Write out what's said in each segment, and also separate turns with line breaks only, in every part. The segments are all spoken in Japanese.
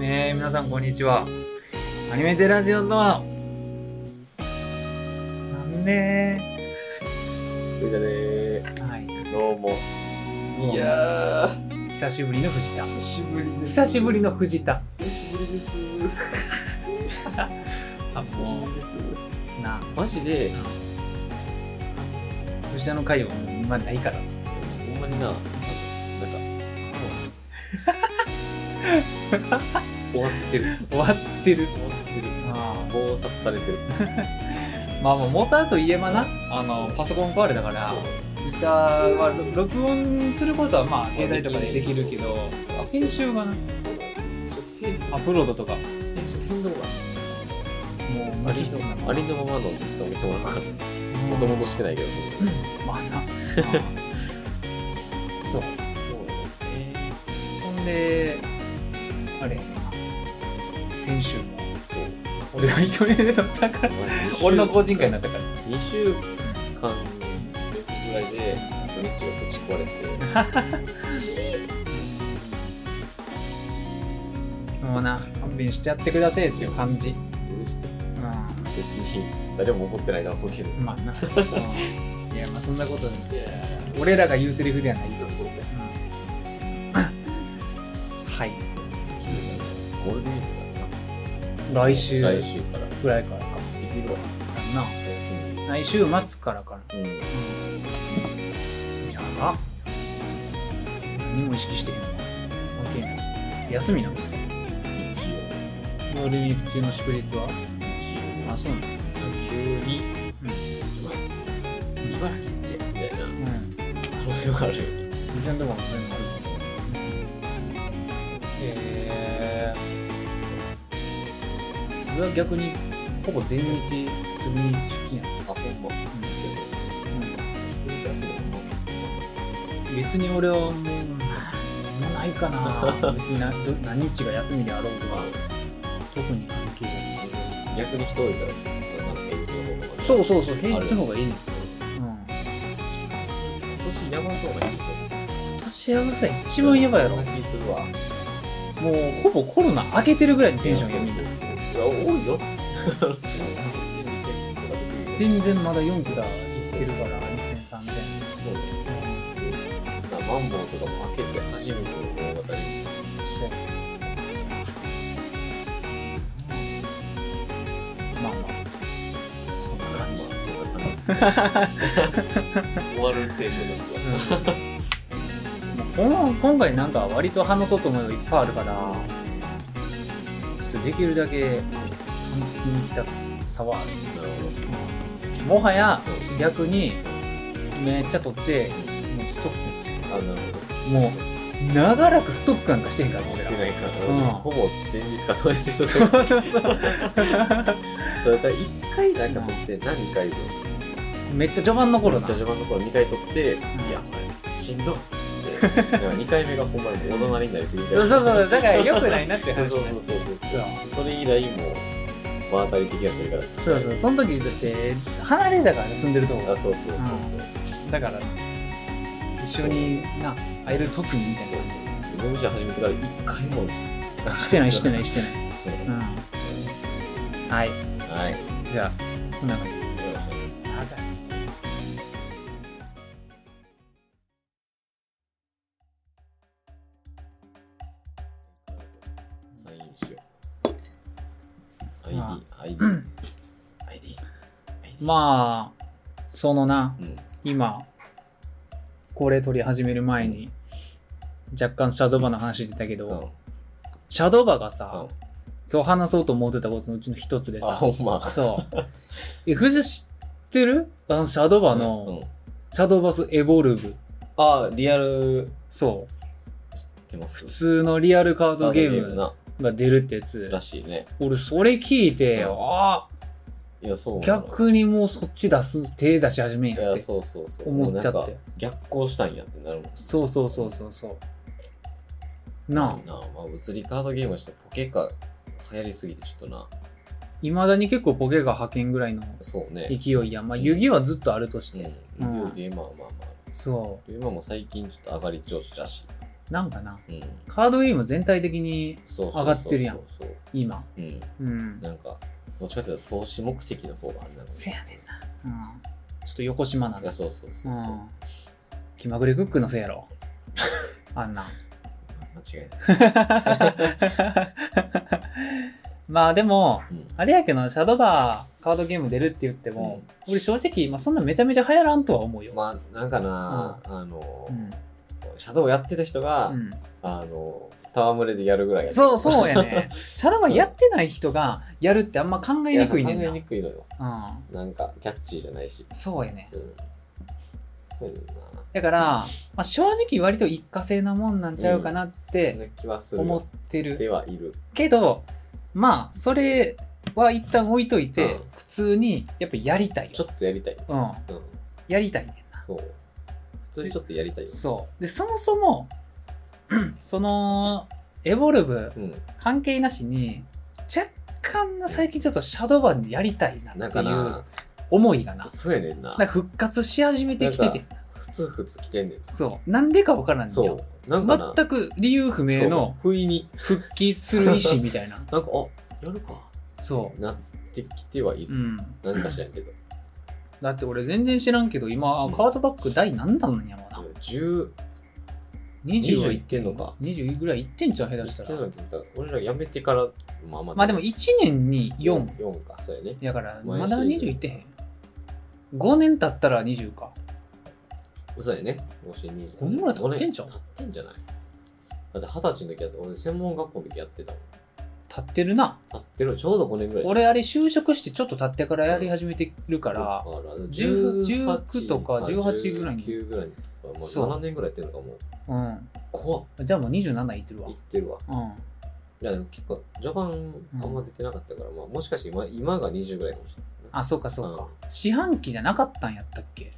えー、皆さんこんにちは。アニメテラジオの、なんで
それがね
はい。
どうも
もう
いやー
久しぶりの藤田。
久しぶりです
久しぶりの藤田。
久しぶりです
あ、
久しぶりです
う、なあ、
マジで
藤田の回はもう今ないから。
ほんまにななんかあの 終わってる
終わってる。あ
終わってる暴殺されてる
ーまあ、もうモーターといえばな、あの、パソコン壊れたから、藤田は録音することはまあ、携帯とかでできるけど、編集がな、
女性
アップロードとか、も
編集すんどるわ
う
あ
無機
り
質な
のありのままの人めっちゃおもろかった
も
もともとしてないけどその
まあな。 そう。
そうね
ほんで、あれやな、先週も、俺が一人で撮ったから、
そう
俺の個人会になったから。
2週間ぐらいで土日がぶち壊れて
もうな、勘弁してやってくださいっていう感じ。
許して
う
別に誰も怒ってないと思うけど
ん。まあな。 うんいや、まあそんなことない
いや
俺らが言うセリフではない
ー
です。
そうね
うんはい。
ゴールデンウィークだ
来週
な来週からで
ぐらいからか。
きるわ
な。来週末からかな。
うん
やば何も意識してへんわ関係ないし休みなんですか
一応
ゴールデンウィーク中の祝日は
一応
あそうなの
急に茨城ってみたいな
うん
可能性はあるよね
自分でもそういうのあるへえ俺は逆にほぼ全日すぐに出勤や
あほんま
別に俺はもう何もないか な別になど何日が休みであろうとか特に関係ない
逆に人多いからなんか平日の方が
そううそうそう平日の方がいいねうん
今年やばそうな気する
今年やばさ一番やばいやろ
そんな気するわ
もうほぼコロナ明けてるぐらいのテンションや
い
みん
や
な
多いよ
全然まだ4桁いってるから20003000
マンボウとかも開けて初めての大当たり
してまあまあそんな感じ
終わるテンションだった
うんもうこの今回なんか割と話そうと思うのいっぱいあるからちょっとできるだけ完璧に来た差はある
なるほ
もはや逆にめっちゃ取ってもうストックにする
どあなるほど
もう長らくストックなんかしてへんから
し
俺
て
ら
ないから、
うん
ほぼ前日か当日とそ
そうそうそう
れから1回なんか撮って何回分
めっちゃ序盤の頃
めっ
な
ちゃ序盤の頃2回撮って、いやこれしんどっつってだから2回目がほんまにお隣になりすぎて
そうそう
そ
そううだから良くないなって話
そう
ね
そうそうそれ以来もう真当たり的な撮り方
そうそうその時だって離れたからね住んでるとこ
あそうそうそうそう
だから一緒にな会える時にみたい
そうそうで MC 始めてから1回もしてな
なしてないしてないしてない
いして
う
なんい
はい
はい
じゃあこんな感じ
サインしよう ID
ま
ID ID
まあそのな
うん
今これ取り始める前に若干シャドーバの話出たけど、
うん
シャドーバが
う
さ、
ん
今日話そうと思ってたことのうちの一つで
あ
さ
ほんま
そう え藤知ってるあのシャドーバの、
うん
シャドーバスエボルブ
あリアル
そう
出ま
普
す
通のリアルカードゲーム
な
が出るってやつ
らしいね
俺それ聞いて、
うん
あ
いやそう
あ
なの
逆にもうそっち出す手出し始めん
い
やっ
や
て
そうそうそう
思っちゃって
もうなんか逆行したんやってなるもん
そうそうそうそうそうなあ、
なあまあ物理カードゲームはちょっとポケカ流行りすぎてちょっとな
未だに結構ポケが派遣ぐらいの
そうね
勢いやまあ遊戯はずっとあるとして、
うん、リオゲーマーまあまあ
そ
リオゲーマーも最近ちょっと上がり調子だし
なんかな
うん、
カードゲーム全体的に
そうそうそう
上がってるやん
そうそう
今
うん、
うん
なんかどっちかというと投資目的の方があれなのに
せやねんな、うん、ちょっと横島なん
い
だ
やそうそうそう
う
そう、ま
ん気まぐれクックのせいや ろあんなん
あ間違いない、
まあでも
うん、
あれやけどシャドーバーカードゲーム出るって言っても、俺正直、まあ、そんなめちゃめちゃ流行らんとは思うよ、
まあなんかな、あの、
うん
シャドウやってた人が、
うん、
あの戯れでやるぐらいや
そうそう
や
やね シャドーバーやってない人がやるってあんま考えにくいねん
考
な
えにくいのよ
うん
なんかキャッチーじゃないし、
そうやね
うん、そういうな
だから、まあ、正直割と一過性なもんなんちゃうかなっ
そんな
て
気はする
思ってる、
ではいる
けどまあそれは一旦置いといて、
うん
普通にやっぱやりたい
ちょ
よ、
っとやりたい、
うん、
うん、
やりたいねんな
そう普通にちょっとやりたいよ
そうでそもそも そのエボルブ
うん
関係なしに若干な最近ちょっとシャドーバンやりたいな
なん
って
か
いう
な
思いがな
そうやねんな
なんか復活し始めてきてて
ふつふつ来てんねん
そうなんでかわからんの
そ
よ
うなんかな
全く理由不明の
そう不意に
復帰する意思みたいな
なんかあやるか
そ、
なってきてはいう
う
る、
ん、
なんか知らんけど
だって俺全然知らんけど今
うん
カードバッグ第何弾なんやろうな、
10
20はい
ってんのか
20ぐらいいってんじゃん下手し
言って
た
た
ら
の聞いた俺ら辞めてからまあまあ
まあでも1年に4
4かそうやね
やから
毎
ま
週
だ20いってへん5年経ったら20か
そうやね5
五年ぐらい経ってんじゃん
経ってんじゃないだって二十歳の時やって俺専門学校の時やってたもん
経ってるな
経ってるちょうど5年ぐらい
俺あれ就職してちょっと経ってからやり始めてるか
だ
ら
から
10
18
とか18ぐらいに
19ぐらいにもう
そう
7年ぐらいやってんのかもう
うん
怖っ
じゃあもう27いってるわ
言ってるわ
うん
いやでも結構序盤あんま出てなかったから、まあもしかして今今が20ぐらいかもしれない
あそうかそうか四半期じゃなかったんやったっけ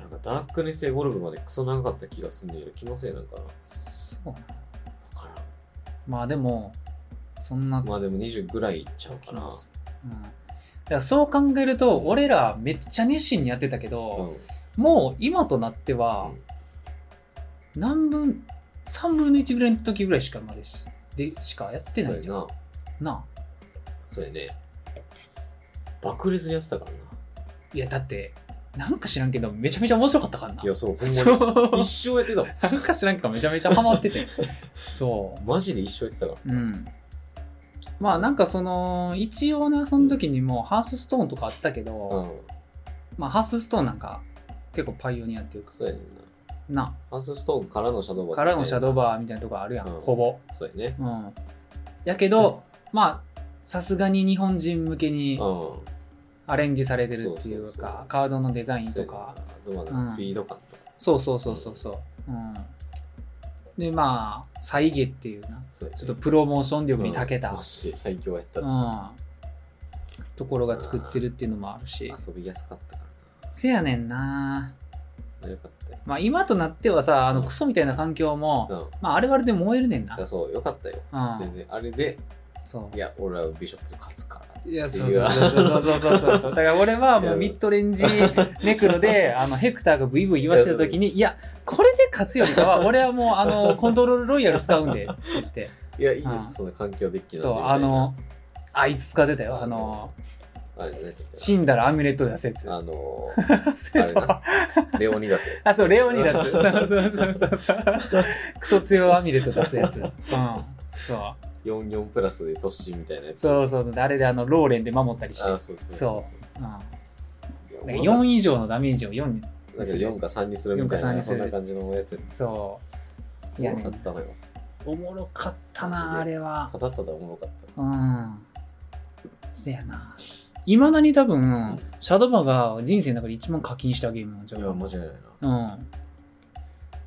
なんかダークネスエボルブまでクソ長かった気がすんねんけど気のせいなんかなわ
そうな
からん
まあでもそんな
まあでも20ぐらいいっちゃうか
うん
な
だからそう考えると俺らめっちゃ熱心にやってたけ
う
ど、
ん
もう今となっては何分3分の1ぐらいの時ぐらいしかまでしでしかやってないんじゃん
そうやな
なあ
そうやね爆裂にやってたからない
やだってなんか知らんけどめちゃめちゃ面白かったからない
やそうほん
そ
ま
う
に一生やってたも
なんか知らんけどめちゃめちゃハマって てそ
んマジで一生やってたから
ううんまあなんかその一応なその時にもうハースストーンとかあったけど、
うん
まあハースストーンなんか結構パイオニアっていうか
そうやねんな
な
ハースストーンからのシャドーバー
からのシャドー
バ
バーみたいなとこあるやん、
うん
ほぼ、
ーそうやね
うん、やけど、まあさすがに日本人向けに
うん
アレンジされてるっていうか
そうそうそう
カードのデザイン
そう
と
やねんな
か
あとまあなんかスピード感とか
そうそうそうそうそう、うん、でまあ再現っていうな
そうやね
ちょっとプロモーション力に長け
うん
た
マ、ジで最強やった
うんところが作ってるっていうのもあるし
遊びやすかったから
せやねんな
なよかったよ
まあ今となってはさあの
うん
クソみたいな環境も、
うん
まああれはあれで燃えるねんない
や、そうよかったよ
う
全
ん、
然あれで
そう
いや俺はビショップと勝つから
いや、そうそうそうそうそうそうそう。だから俺はもうミッドレンジネクロ で、あの、ヘクターがブイブイ言わしてた時に、いや、これで勝つよりかは、俺はもう、あ の、コントロールロイヤル使うんで、って言って。
いやいい
うん
ですその環境デッキなんで
そう、
みたいな
あの、あいつ使ってたよ。あの、
あれね
死んだらアミュレット出せつ。
あの
そ
ー、あ
れ
れ
と
な、レオニダス。
あ、そう、レオニダス。そうそうそうそう。クソ強いアミュレット出すやつ。うん。そう。
44プラスで突進みたいなやつ。
そうそうそう。あれで、あの、ローレンで守ったりして。う
あ、
ん。
そうそう
なんか4以上のダメージを4に。
なんか4か3にするみたい
4か3
な、
にす
そ
る
んな感じのやつ。
そう。いや
よ
ね
かっ。たのよ。
おもろかったなあ
マジ
れは
ただただおもろかった。
うんせやないまだに多分シャドバが人生の中で一番課金したゲームなんちゃう
い
い
や、間違いないな。
うん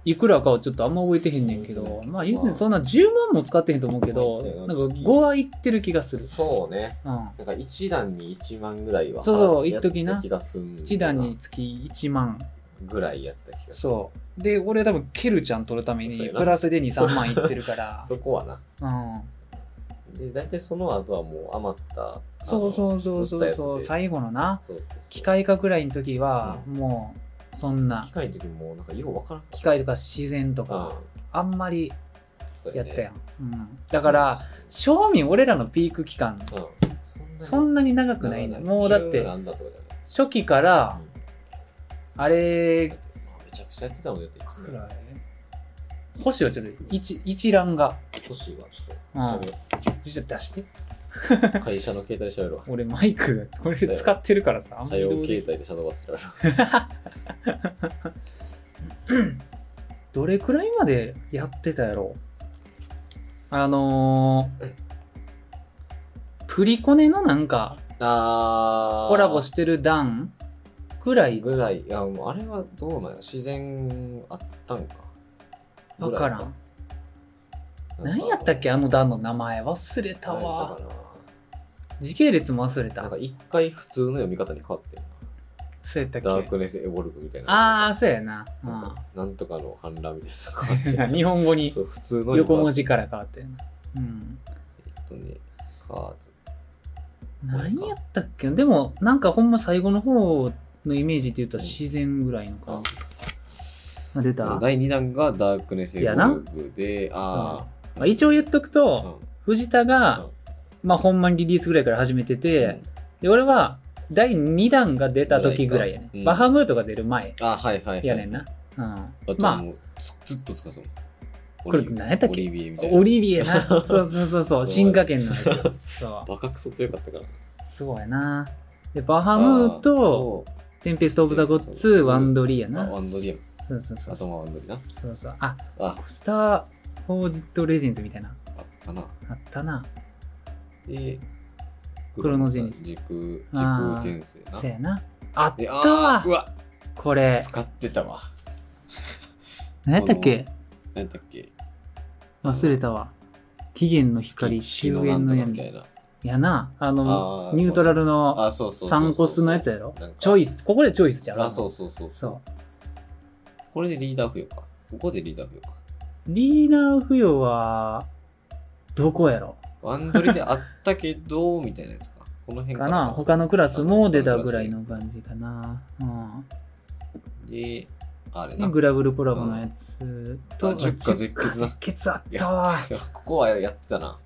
いくらかはちょっとあんま覚えてへんねんけど、まあ言うて
まあ
そんな10万も使ってへんと思うけど、
まあ
なんか5はいってる気がする。
そうね。
うん。
なんか1段に1万ぐらいは。
そうそう
やって
一時な
気がすん。
1段に。つき1万。
ぐらいやった気がする。
そう。で、俺多分ケルちゃん取るため
そう
に
やな
プラスで2、3万いってる から。
そこはな。
うん。
で、大体その後はもう余った。
そうそうそう
あの
そ
塗
う
った
そう。
やつで
最後のな、
そうそうそう
機械化ぐらいの時は、
う
もうそんな
機械の時もなんかようわからんかった
機械とか自然とか、
う
あんまり
そう
やっ
ね
たやん、うん、だから正味俺らのピーク期間
うんそんなに
そんなに長くないね
長
もうだっ
急
て
ななんだとかじゃない
初期から
うん
あれ
めちゃくちゃやってたもんだっていつ
く
ね
らい星はちょっと一一覧が
年はち
うん
ょっと
じゃあ出して
喋ろう会社の携帯で喋ろう
俺マイクこれ使ってるからさあんま
社
り
用
どう
携
で
帯でシャドーバスやろ
どれくらいまでやってたやろあのープリコネのなんか
うあー
コラボしてる段くらい
ぐらいいやもうあれはどうなんや自然あったんか
わからん
ぐらいか
何やったっけあの段の名前忘れたわ
何やったか
時系列も忘れ
ななん
た
か一回普通の読み方に変わってんな
そうやったっ
ダー
け
クネスエボルブみたいな
ああそうやな、う
なん
ん
かなんとかの反乱みたいな感 じ
日本語に
そう普通の
横文
字
字から変わったよな、うん、
えっとねカーズ
何やったっけでもなんかほんま最後の方のイメージって言ったら自然ぐらいのかな出た、ま
第2弾がダークネスエボルブでああ、
あ、一応言っとくと、
うん
藤田が、まあ、ほんまにリリースぐらいから始めてて、で俺は第2弾が出た時ぐらいやね、
うん
バハムートが出る前
あはいはい、はい、
やねんな、う
あ
ん、
と
まあ
もうずずっと使うもん
これ何やったっけ
オリビエみたいな
オリビエ なそうそうそうそうう
進
進
化
化圏なんですよそ
バカクソ強かったから
うそうやなでバハムーと
あ
テンペスト・オブ・ザ・ゴッツ
そう
ワンドリーや
ーあ
な
ワンドリアン
そうそうそうそう
頭ワンドリな
そうそうあ
あ
スター・フォージット・レジンズみたいな
あったな
あったな
で
クロノジェネシス
時空時空
あー
転生
そう
な
やなあっ
で
た
あ
わ
ーうわ
これ
使ってたわ
何やったっけ
何だっけ
忘れたわ起源の光終焉の
みたい
闇
な
やなあの
あー
ニュートラルの
あそうそうそうそう
サンコスのやつやろ
なんか
チョイスここでチョイスじゃん
あそうそうそう
そう
これでリーダー付与かここでリーダー付与か
リーダー付与は、どこやろ
ワンドリであったけど、みたいなや つか。この辺
かな他のクラスも出たぐらいの感じかな。
で、あれ
う
な。
ん。グラブルコラボのやつ
あ
と、
10か
10
10
か
決な
10決あっ
いや
たわ。
ここはやってたな。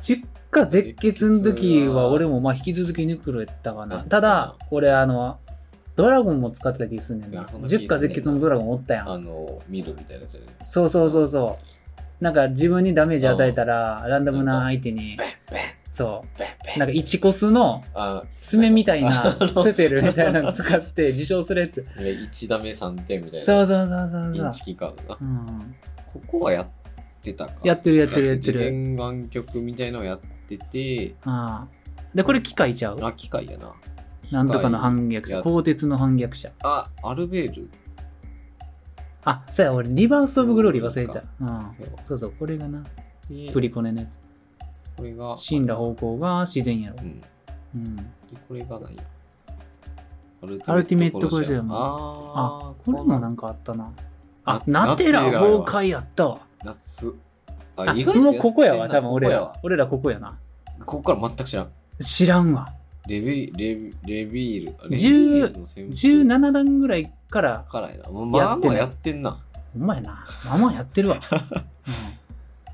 10か絶決の時は俺もまあ引き続きヌクロやったか
や
な。
ったな
ただ、俺あの、ドラゴンも使ってた気すんねん
い
な。
やそんな気すん
10
ねんな
か絶決のドラゴンおったや
あ
ん。
の、ミドルみたいなやつやね。
そうそうそうそう。なんか自分にダメージ与えたら、ランダムな相手に、
ベン
そ
ベン
う。
ベ
な
ン
んか1コスの
あ、
爪みたいな
あの
スペルみたいなの使って受賞するやつ
ね1ダメ3点みたいな。
そうそうそうそう
イ
そう
ンチキカードな。
うん、
ここはやってたか。
やってるやってるやってる
次元湾曲みたいなのをやってて、
ああでこれ機械ちゃう
あ、機械やな。
なんとかの
機械
反逆
や
者鋼鉄の反逆者
あ、アルベール。
あそうや俺リバース・オブ・グローリー忘れた、うん、
そ
そ
う
うそうこれがな
で
プリコネのやつ
これが。
死んだ方向が自然やろ
う、ん。で、
うん、
これがないや。
アルティメットコロ
ロ
シ
シ
ア
ア
ム
ムあ
あ
ー
これもなんかあったなあ
な
ナテラ
ナテラ
崩壊やったわ
夏。
あ
意外とや
もう
ってんな
ここやわ多分俺
ここや
ら
わ
俺らここやな
ここから全く知らん。
知らんわ
レビレビレビール。あレビ
10
ールの先輩
17段ぐらいから
からやな。もうまあまあや
や
ってんな。
お前なまあまあや ってるわ、うん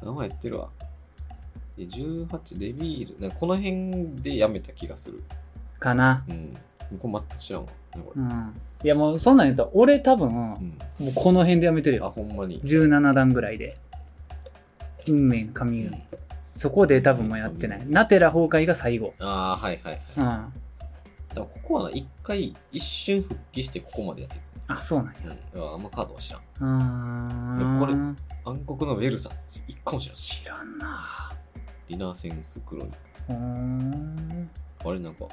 まあまあやってるわ。で18レビール。なんかこの辺でやめた気がする。
かな。
うん。これ全く知らんわ。なんかこ
う
れ
ん。いやもうそんなん言うと、俺多分、も
うん。
うこの辺でやめてる
あ、
よ。
ほんまに。
17段ぐらいで。運命の神々。そこで多分もうやってない。ナテラ崩壊が最後。
ああ、はいはいはい。
う
だ
ん。
か
あ、
らここはな、一回、一瞬復帰してここまでやってる。
そうなんや。
うん。ああんまカードは知らん。
うーん。
これ暗黒のウェルサーズ、一個も知らん。
知らんな。
リナーセンスクロニ
うーん。
クあれなんか、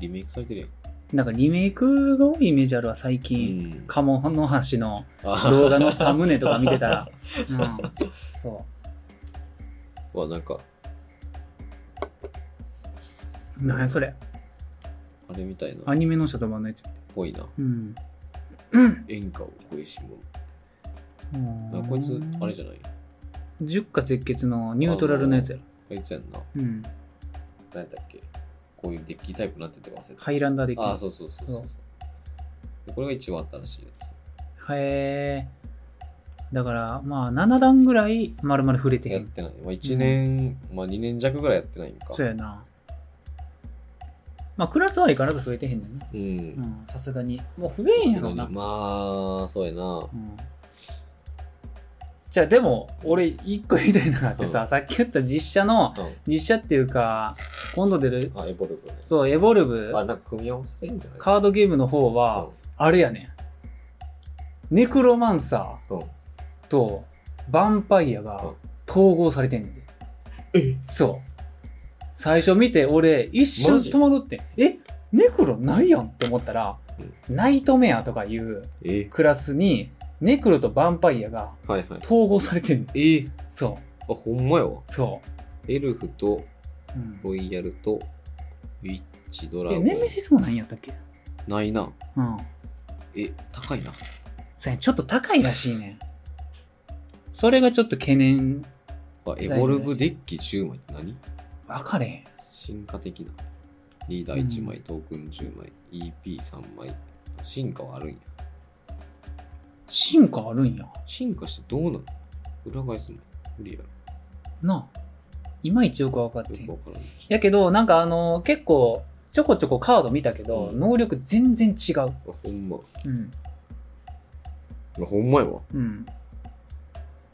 リメイクされてるやん。
なんかリメイクが多いイメージあるわ、最近。
ん
カモノハシの動
動
画のサムネとか見てた ら。うん。そう。
はなんか
なんやそれ。
あれみたいな
ア
っ
ニメのシャドーバンのやつ。
ぽいな
うん。
演歌を恋しむ
う
な
ーん
こいつあれじゃない
10か絶血のニュートラルのやつやろ。
あいつやんな
うん。
何だっけこういうデッキタイプになってて忘れた、
ハイランダーできる。
ああそうそうそうそう
そう
でこれが一番新しいやつ
へえ。だから、まあ、7段ぐらい丸々触れてへ
やっ
ん。
てない。まあ、1年、まあ2年弱ぐらいやってないんか。
そうやな。まあ、クラスは相変わらず増えてへんねんな。
う。
うんん、さすがに。もう増えへんやろな。
まあ、そうやな。
うんじゃあでも俺一個言いたいのがあってさ、
う
さっき言った実写の
う
実写っていうか今度出る
ん。あ、エボルブね。
そうエボルブ
あれ、なんか組み合わせがいいんじゃない
カードゲームの方は、あれやねんネクロマンサ
うん。うん。
ーとヴァンパイア
う
が
ん
統合されてんねんで
え
そう最初見て俺一
マ
瞬
ジ
戸惑ってえネクロないやんって思ったら、
う
ナイトメアとかいう
え
クラスにネクロとヴァンパイアが
はいはい。
統合されてんねん
え
そ
あ、ほんまやわ。
うそ
エルフと
う、うん
ロイヤルとウィッチドラゴ
え
ン。
ネメシスもないんやったっけ
ないな。
うん
え、高いな。
そうやちょっと高いらしいねんそれがちょっと懸念
あ、エボルブデッキ10枚って何
分かれへん
進化的な。リーダー1枚、トークン10枚、EP3 枚。進化はあるんや。
進化あるんや
進化してどうなる裏返すの無理やろ。
なあいまいちよく分かって
よ
へん
くわからん。
やけどなんかあのー結構ちょこちょこカード見たけど、
うん
能力全然違う
あ、ほんま。
うん
あほんまやわ。
うん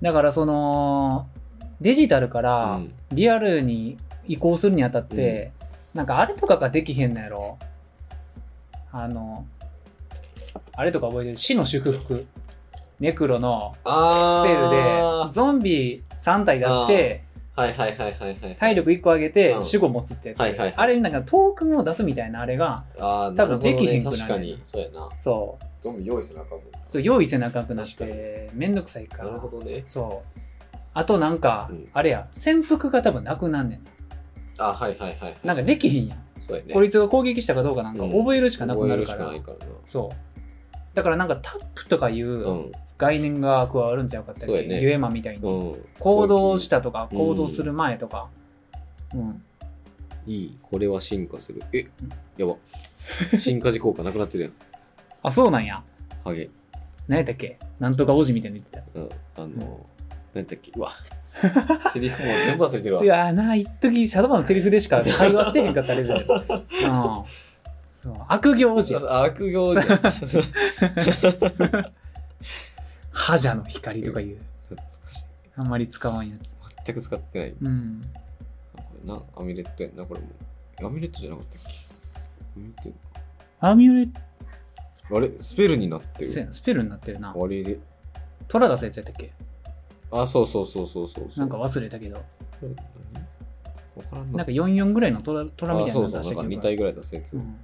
だからそのデジタルから、
うん
リアルに移行するにあたって、なんかあれとかができへんのやろあのあれとか覚えてる死の祝福ネクロのス
あ
ペル
ー
でゾンビ3体出して
はいはいはいはいはい。
体力1個上げて
うん
守護持つってやつ、
はいはいはい
あれになんかトークンを出すみたいなあれが
ああ、
多分
なるほどね
できへんくなる
確かに、そうやな。
そう
ゾンビ用意せなあかんもん。
そう用意せなあかんくなっ
確か
てめんどくさいから
なるほどね。
そうあとなんか、
うん
あれや潜伏が多分なくなんねん
あはいはいはいはい。
なんかできひんやん、
そうやね。
こいつが攻撃したかどうかなんか
うん
覚えるしかなくなるか
覚
ら、
えるしかないからな。。
そう。だからなんかタップとかいううん概念が加わるんじゃなかったっ
そう
け、
やね
デュエマみたいに、
うん。
行動したとか
うん
行動する前とか、うん
いい。これは進化する。えやば。進化時効果なくなってるやん。
あそうなんや
ハゲ。
何やったっけなんとか王子みたいに言って
うん。あのー、なんだっけ。うわ。セリフもう全部忘れて
た
るわ
い。やーな一時シャドーバーのセリフで しか会話してへんかったレベルで、うん、そう悪行王子や
あ悪行じゃん。懐
覇者の光とかいう
かしい。
あんまり使わんやつ
全く使ってない。
うん
これな、アミュレットやんな、これもう。アミュレットじゃなかったっけアミュレッ
アミュレット
トあれスペルになって
せ
る。
やスペルになってるな
あれで。
トラ出すやつやったっけ
あ、そうそうそうそうそうそう。
なんか忘れたけど
これ何わからんな。
なんか44ぐらいのトラトラみたいな
あ
の
そう
出し
そう、
た
なん
け
か
ど
2体ぐらい出すやつ。
うん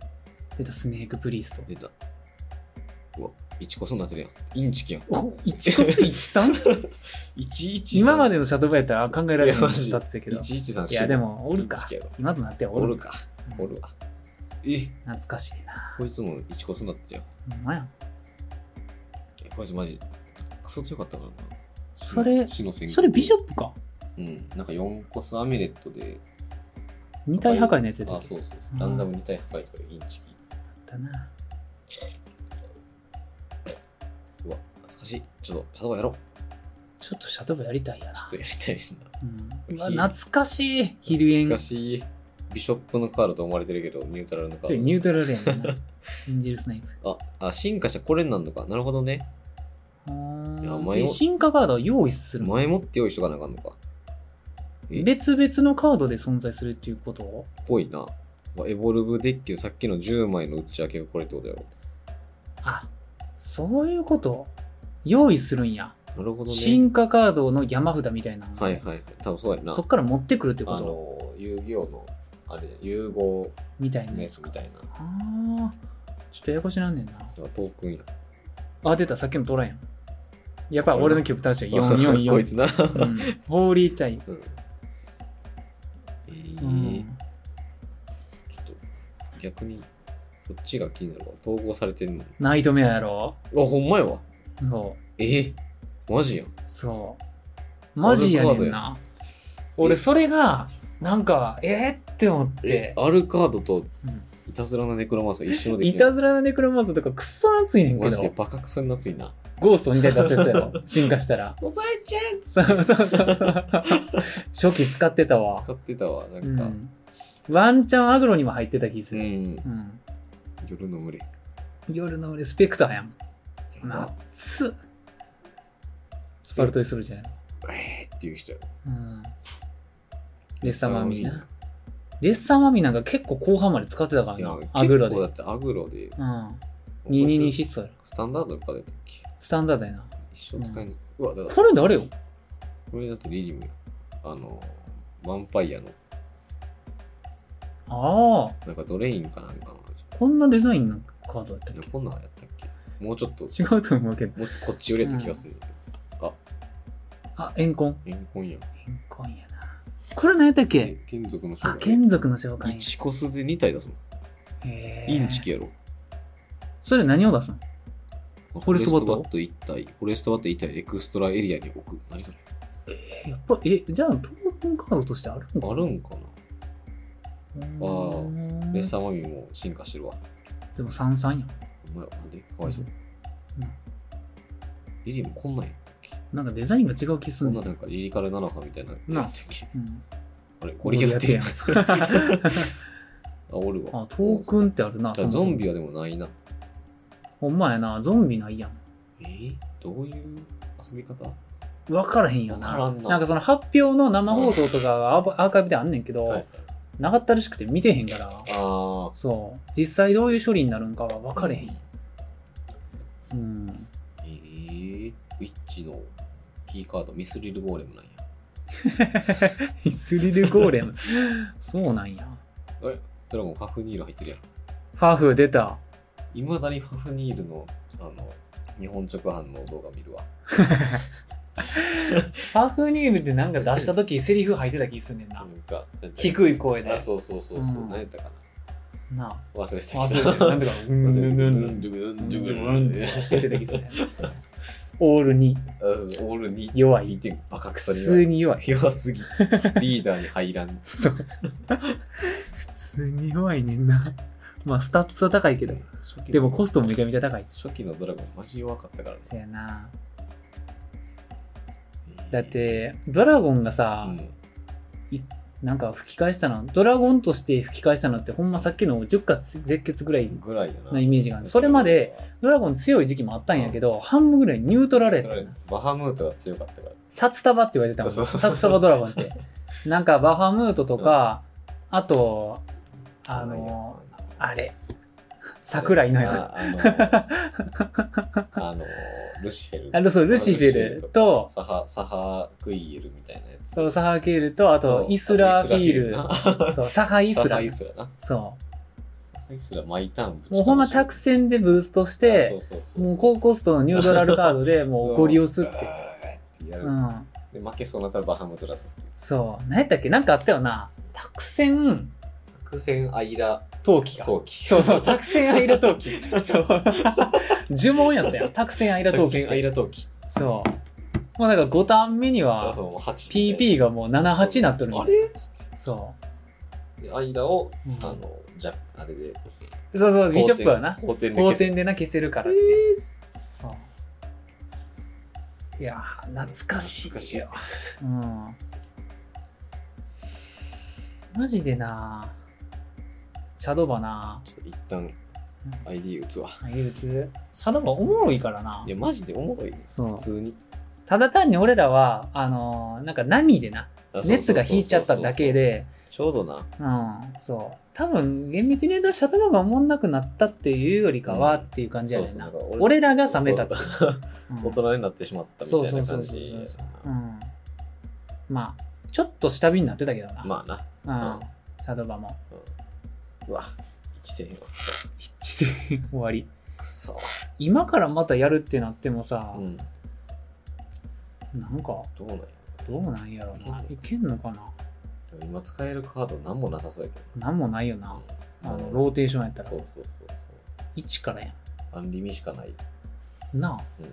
出たスネークプリスト。
出た。うわ、1こそになってるやん。インチキやん。
お1個数 13?
113。
今までのシャドーバイやったら考えられ
い
な
や
い
マジ
だってけど。い
113
や、で。も、おるか
インチキやろ。
今となっては
お
お
る
るか。
か。おるわ。え、
懐かしいな。
こいつも1こそになってるやん。
ほんまや
えこいつマジ。クソ強かったからな。
それ、
死の宣言
それビショップか。
うん。なんか4コスアミュレットで。
二体破壊のやつやった
あ、
っけ
そうそう
う。ん
ランダム2体破壊とかインチキ。
だな。
うわ、懐かしい。ちょっと、シャドウやろう。
ちょっとシャドーバイやりたいや
ちょっ
な
と。やりたいな。
うんうわ懐かしい。ヒルエン。
懐か
そ
しい。ビショップのカードと思われてるけど、ニュートラルのカ
れ
ード。
ニュートラルやんな。エンジェルスナイプ。
あ、あ、進化したこれになんのか。なるほどね。
うーん
いや迷う
で進化カードを用意するの
前もって用意しとかなあかんのか。え
別々のカードで存在するっていうこと
ぽいな。あエボルブデッキのさっきの10枚の打ち明けがこれってことやろ。
あそういうこと用意するんや、
なるほどね。
進化カードの山札みたいな、
はいはいはい。多分そうやな。
そっから持ってくるってこ
あ
と
の、遊戯王の、あれ、融合
みたいな
の
や
や
つ
つ
か
みたいな。
あーちょっとややこしなんねんな
あトークンや。
あ出たさっきのトラやんやっぱ俺の曲正 しい444
こいつな。
うん、ホーリータイ、
うんえー
うん、
ちょっと逆にこっちが気になるわ。統合されてんの。
ナイトメアやろ
あ、ほんまやわ。
そ
えーマジやん。
うそうマジやねんな俺それがなんかえー、って思って
え、あるカードと
うん
いたずらなネクロマンスは一緒のでき
い
な
た
い。
ずらなネクロマンスとかクソ熱いねんけ
マジで
ど
バカクソになついな。
ゴーストみたいに出すやつや ろ進化したら
おばあちゃん
そうそうそうそう初期使ってたわ
使ってたわ、な
うん
か。
ん、ワンチャンアグロにも入ってた気す
う
る、
ん。
うん
夜の群れ。
夜の俺スペクターやん
な
夏スパルトにするじゃない、
えーっていう人やろ
うん、レッサマミーなレッサマミーなんか結構後半まで使ってたから
いや
な、アグロで
結構だってアグロで、
うん222疾走やろ
スタンダードの課題だっけ
スタンダードやな
一生使えない。うわ、だから、
これ誰よ
これだってリリムや。あの、ヴァンパイアの、
ああ
なんかドレインかなんかの、
こんなデザインのカードやったっ
こんなんやったっけもうちょっと、
け違うと思うけど
もうちょっとこっち寄れた気がする。
あエンコン
エンコンやん。
エンコンやなこれ何やったっけ
え金属の
あ
商品。
眷属の召喚や
1コスで2体出すの。
へー
インチキやろ。
それ何を出すの
フ
ォレストバット
ォレストバット1体、フォレストバット1体エクストラエリアに置く。何それ
やっぱえじゃあトークンカードとしてあるのか
あるんかな、
な
あー
うん
レッサーマミーも進化してるわ。
でも三三やん
お前なんでかわいそう。
うん
リリーもこんなんやったっけ
なんかデザインが違う気す
そ
ん
ん
ね、
なんなんかリリカルなのかみたいなのやったっけ
うん、
あれ、ゴリアテやん。あ、
ゴリアテやん
おるわ。
あトークンってあるな
じゃあゾンビはでもないな。
ほんまやなゾンビないやん
えーどういう遊び方
分からへんよ
わ
な
からんな。
なんかその発表の生放送とかがアーバアーカイブであんねんけど、
はい
なかったらしくて見てへんから
あ
そう実際どういう処理になるんかは分
あ。
かれへんうん
えー、ウィッチのキーカード、ミスリルゴーレムなんや。
ミスリルゴーレムそうなんや
ドラゴン、ハフニール入ってるやん。
ファフ出た
いまだにハフニールの、あの、日本直販の動画見るわ。
ファフニールってなんか出した時セリフ吐いてた気すんねん
な
なん
か、
低い声で
あ、そうそうそうそう、
うん
何やったか
なあ
な。忘れてたけ
忘
ど。
れてなんとかうんうんうんうん
ドゥグルンドゥグルンドゥグルンって
オールに
あそうそうオールに
弱い
見てバカくさ
普
に
通に弱い
弱す ぎ。リーダーに入らん。
普通に弱いねんなまあスタッツは高いけど
初期の
でもコストもめちゃめちゃ高い
初期のドラゴンマジ弱かったからね。
そやなだってドラゴンが
う
さ、
ん、
なんか吹き返したのドラゴンとして吹き返したのってほんまさっきの10か絶血ぐらい
ぐらいだな。
なイメージがあるそれまで、ドラゴン強い時期もあったんやけど、半分ぐらいニュートラルやったよな
バハムートが強かったから。
札束って言われてたもん
そうそう
札
そう
束ドラゴンってなんかバハムートとか、あとあのあれ桜井のや
ああの、あのルシフェル。
あのそうルシフェルと
サハ、サハクイエルみたいなやつ。
そうサハケールとあとイスラフィール
ル。
そうサハイ
サ
ス
ハ
ラ
イスラな。
そ
サハイスラ、マイターンぶちかま
う
して。
もうほんま託戦でブーストして
そうそうそうそう、
もう高コストのニュートラルカードでもうゴリ押すっ
ガ
て
ーッやる
うん
で負けそうになったらバハムトラスっていう
そう何やったっけなんかあったよな託戦
白線アイラ
陶器か
陶器
そうそう 託戦アイラ陶器そう呪文やったよ託戦アイラ陶
白
器っ
線アイ
て
ラ陶器
そうもうなんか5ターン目には
そうもう8
PP がもう78になっとるん
あ
や
れっつっ
そ
てでアイラを
う、うん
あのジャックあれで
そうそうビショップはな
後転で
好
消す
転でな消せるからって、そういやー懐かしいよ
懐かしい
うんマジでなシャドバな
ちょっと一旦 ID 打つわ
憂鬱シャドバおもろいからない
やマジでおもろいね
そう
普通に
ただ単に俺らはあのーなんか波でな
あそうそうそうそ
熱
う
が引いちゃっただけで
ちょうどな
うんそう多分厳密に言うとシャドバがおもんなくなったっていうよりかは
うん
っていう感じやねんな、
そうそうだから
俺らが冷めたって
そう
うん
大人になってしまったみたいな感じ
そうそうそうそう
や
う、
なん
まあちょっと下火になってたけどな、
まあ
あ
うん
うん、サドバも
なうんうわ生きてへんわ
一で終わり
くそ
今からまたやるってなってもさ
う、んど
なんか
うなんや
どうなんやろないけんのかな
でも今使えるカード何もなさそうやけど
なんもないよなあのローテーションやったら
そうそうそうそう
1からや
アンリミしかない
んなあ、
うん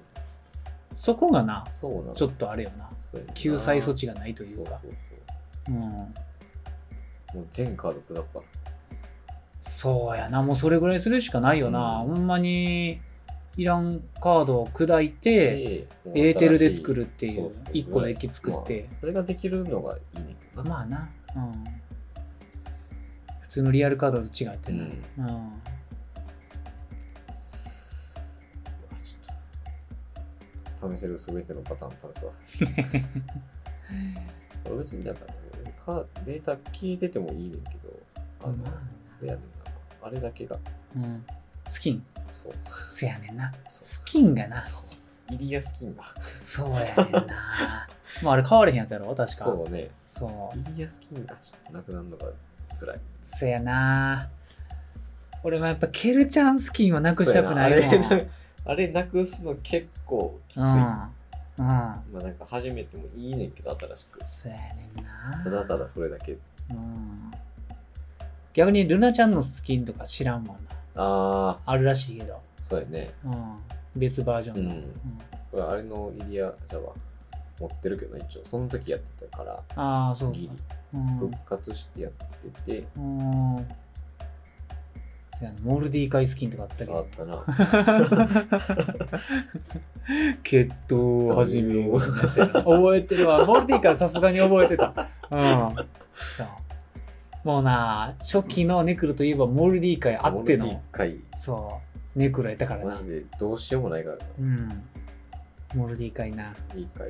そこがな
そうなの
ちょっとあれよな
そうやな
救済措置がないとい
そう
う
そう
か
そう
うん
もう全カード砕くから
そうやなもうそれぐらいするしかないよな、
うん
ほんまにいらんカードを砕いて、
でもう
エーテルで作
新し
るっ
い
てい
そううそう
1個の駅作って
それができるのがいいねんけどな
まあな、うん、普通のリアルカードと違ってな、
うん
うん
うわちょっと試せるすべてのパターン試 すわ俺別になんか、ね、かデータ消えててもいいねんけどあの、
ま
いやねんなあれだけが
うん、スキン
そう
そやねんな
そ
スキンがな
うイリアスキンが
そうやねん なまああれ変われへんやつやろ確かそう
そうね
そ
イリアスキンがちょっとなくなるのが辛い
やな俺もやっぱケルちゃんスキンはなくしたくない
そ
も
う
ん
やなあれあれなくすの結構きつい、
うん、うん、
まあなんか初めてもいいねんけど新しく
そうやねんな
ただただそれだけ
うん逆にルナちゃんのスキンとか知らんもんな
ああ
あるらしいけど、
そうやね
うん、別バージョ
う
ンの、
ん
うん
これあれのイリアジャバ持ってるけどね一応その時やってたから
ああそうか
ギリ
うん、う
復活してやってて、
ん、そうやなモルディカイスキンとかあったけ
変わ
ど
ったな
決闘を始めよう覚えてるわモルディカイさすがに覚えて たうんそうもうな初期のネクロといえばモルディカイあって
一
の
回
そうネクロやったから
マ
な
ジでどうしようもないからな
うんモルディカイな
一回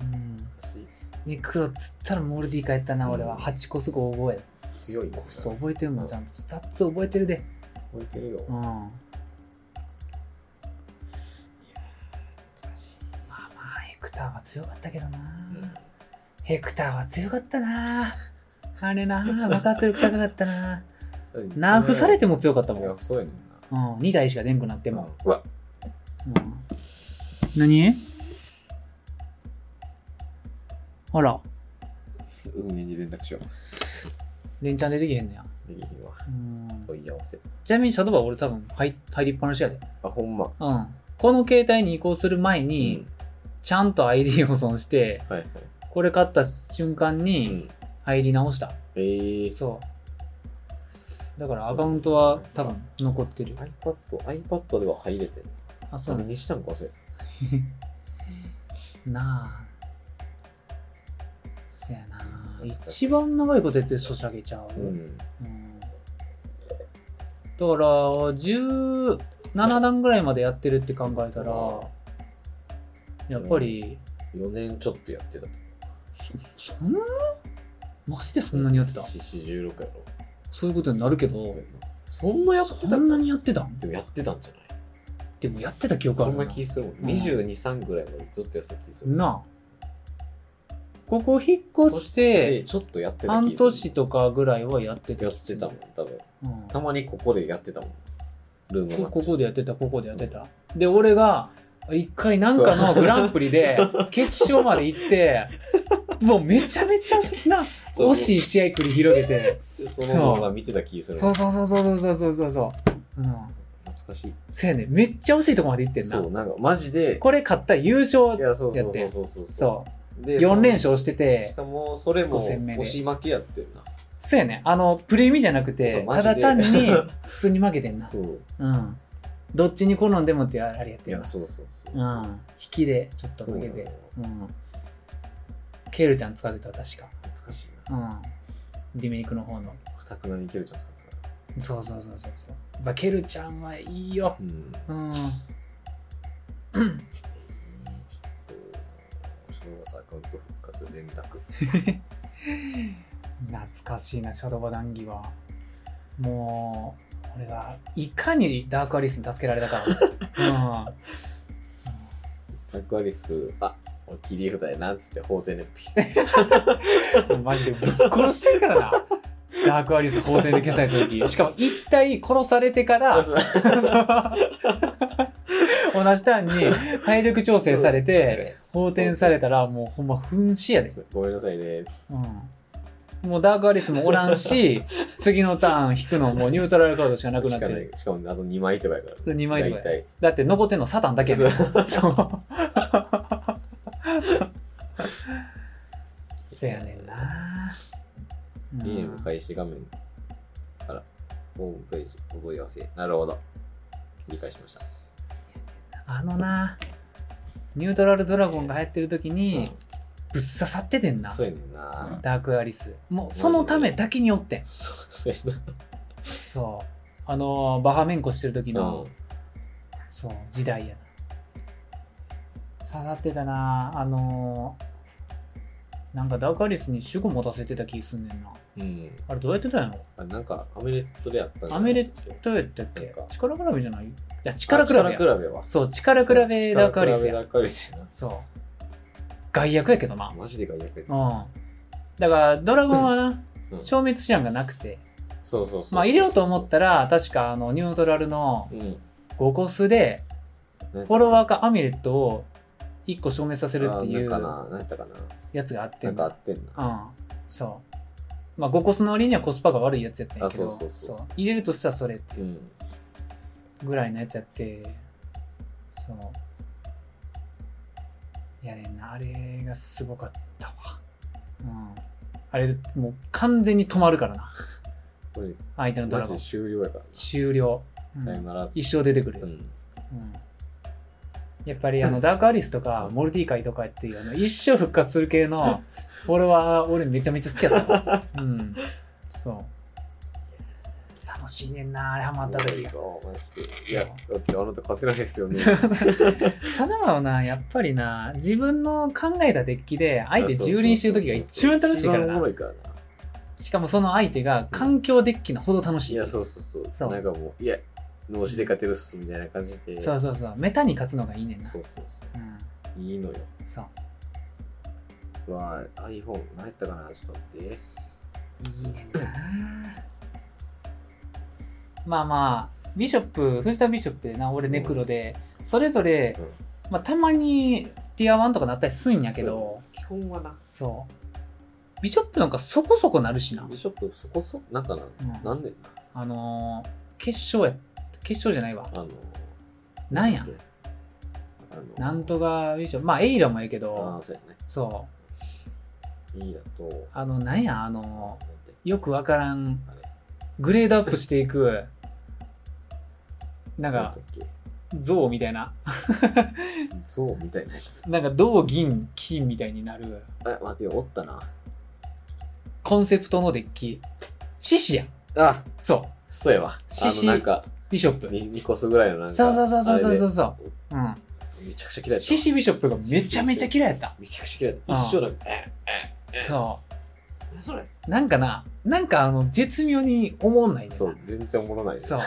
うん
難しい
ネクロっつったらモルディカイやったな俺
う
は
ん
8個すぐ覚えた
強いね
コスト覚えてるもんちゃんとスタッツ覚えてるで
覚えてるよ
うんま
難しい
あまあヘクターは強かったけどな、
うん
ヘクターは強かったなあれな爆発力高かったなナーフされても強かったも
い
ん、
やそうやねんな
うん、2台しか出んくなって
で
も、
うわ
うん、何あら
運営に連絡しよ
連チャンでできへんねや、
うできひんわ
うん、
問い合わせ
ちなみにシャドーバー俺多分入入りっぱなしやで
あほんま
うんこの携帯に移行する前
う
に、ちゃんと ID 保存して、
はいはい
これ買った瞬間
う
に
ん
入り直した。
えー
そう。だからアカウントは多分残ってる。
iPad iPad では入れてる
あ、そうね。
何したんか忘れた
なあ。そやな
懐かしい
一番長いことやってるソシャゲちゃう。
う
うん
ん
だから、17段ぐらいまでやってるって考えたら、やっぱり、
4年ちょっとやってた
そんなマジでそんなにやってた
416やろ
そういうことになるけど、
そんなやって
そ
た
んなにやってたん
でもやってたんじゃない
でもやってた記憶あ
そ
る
ん
な
な気するもん
ん
22、3ぐらいまでずっとやってた気する
なあここ引っ越して
でちょっとやってた気する
半年とかぐらいはやってた
やってたもん多分
うん
たまにここでやってたもんルーム
こここでやってたここでやってたで俺が一回なんか のグランプリで決勝まで行ってもうめちゃめちゃな惜しい試合繰り広げて
いそのまま見てた気する
そうそうそうそうそうそうそうそううん
懐かしい
せやねんめっちゃ惜しいとこまで行ってん
そう
な
なんかマジで
これ勝ったら優
い
勝
やそうそう
やって
そうそうう
そう
で
4連勝して
そのしてかもそれも
五戦目で
押し負けやってんな
そうやねあのプレミじゃなく
そう
て
マ
た
ジで
だ単に 普通に負けてんな
そう
うんどっちに好んでもってあれやっ
い
てん
や
な
そうそうそう
うん
あ
引きでちょっと負けてうんケールちゃん使ってた確か
懐かしい
うんリメイクの方の
なかたくなにいけるじゃん使ってた
そうそうそうそうそうやっぱケルちゃんはいいよ
うん
うん
ちょっと篠田さんアカウント復活連絡
懐かしいなシャドバ談義はもう俺がいかにダークアリスに助けられた かうんそう
タクアリスあ俺切り札やなっつって法廷でピ
マジでぶっ殺してる からな。ダークアリス法廷で消された時。しかも一体殺されてから、
ッ
同じターンに体力調整されて、放転されたらもうほんま噴死やで。
ごめんなさいねっつって
うん。もうダークアリスもおらんし、次のターン引くのもニュートラルカードしかなくなって
しか
る。
いしかもあと2枚とかやから
2枚とかや
大
だって残ってんのサタンだけやねん そう。せやねんな。うん
体いいねも開始画面からホームページお問い合わせなるほど理解しました
あのなニュートラルドラゴンが流行ってる時に、ぶっ刺さっててんな
そうやねんな。
ダークアリスもうそのためだけにおってん
そうそうや
そうあのーバハメンコしてる時
な。
の、
うん
そう時代やな刺さってたなあのーなんかダークアリスに主語持たせてた気すんねんな
うん。
あれどうやってたんやろ
あなんか、アメレットでやったんじゃない
アメレッどうやったっ
なん
け
か
力比べじゃないいや力
力
比
比
べ
べ
や
は。
そう力比べダークアリス
力比べ
や
ダークアリスやな。
そう外役やけどな
マジで外役や
うんだからドラゴンはな
うん
消滅手段がなくて
そうそうそう。
まあ入れようと思ったら確かあのニュートラルの
うん。
5コスで
フ
フォロワーかアミュレットを1個消滅させるっていう
なんかな、なんやったかな。
やつがあって
なんかあってん
う
な。
んそうまあ5コスの割にはコスパが悪いやつやったんやけ
あ
ど
そうそうそう
そう入れるとしたらそれっていう
うん。
ぐらいのやつやってそのいやねんなあれがすごかったわうんあれもう完全に止まるからな
マジ
相手のド
マ
ラ
ジ
ゴ
で
ン
終了やからな。
終了、うん
さよならっつって
一生出てくる、
うん。
うんやっぱり あのダークアリスとかモルディカイとかっていうあの一生復活する系 のフォロワー俺めちゃめちゃ好きやったもん、うん、そう楽しいねんなあれハマった
い
時
い
が
ぞ、マジで。いや、だってあなた勝てないですよね。
ただはなやっぱりな自分の考えたデッキで 相手蹂躙してる時が一番楽しいから
一番おも
な
ろいからな。
しかもその相手が環境デッキのほど楽しい
いや、そうそう
そ
そうう。なんかもう、いや、脳死で勝てるっすみたいな感じで。
そうそうそうメタに勝つのがいいねんな
そうそう
うん
そう。いいのよ。
そう
うわあ、iPhone、何やったかな、ちょっと待って。
いいねんなまあまあビショップ藤田ビショップでな俺ネクロで、それぞれ、
うん
まあ、たまにティア1とかなったりするんやけど
そう、基本はな、
そうビショップなんかそこそこなるしな、
ビショップそこそ、なんかな、
うん
なんでな、
あのー決勝や決勝じゃないわ
あの、
なんや
あの
なんとかビショップまあエイラもええけ
あ
ど
あ、そうやね。
そう
いいだと、
あのなんやあ
なん
の
て
よくわからん
あれ、
グレードアップしていくなん
なん
か
だっけ、
像みたいな
ゾウみたいなやつ。
なんか銅銀金みたいになる
あ、待てよ、おったな。
コンセプトのデッキ獅子や
あ、
そう
そうやわ。
獅子
あの、なんか、
ビショップ
2コスぐらいのなんか、
そうそうそうそうそうそう
う。
そう
めちゃくちゃ
うん
嫌い
獅
だった。
子ビショップがめちゃめちゃ嫌いやった
めちゃくちゃ嫌いだった。
うん
一生なんか、えええ
そ
えそれ
うなんかななんかあの絶妙に思んないねんな
そう、全然おもろないね。
そう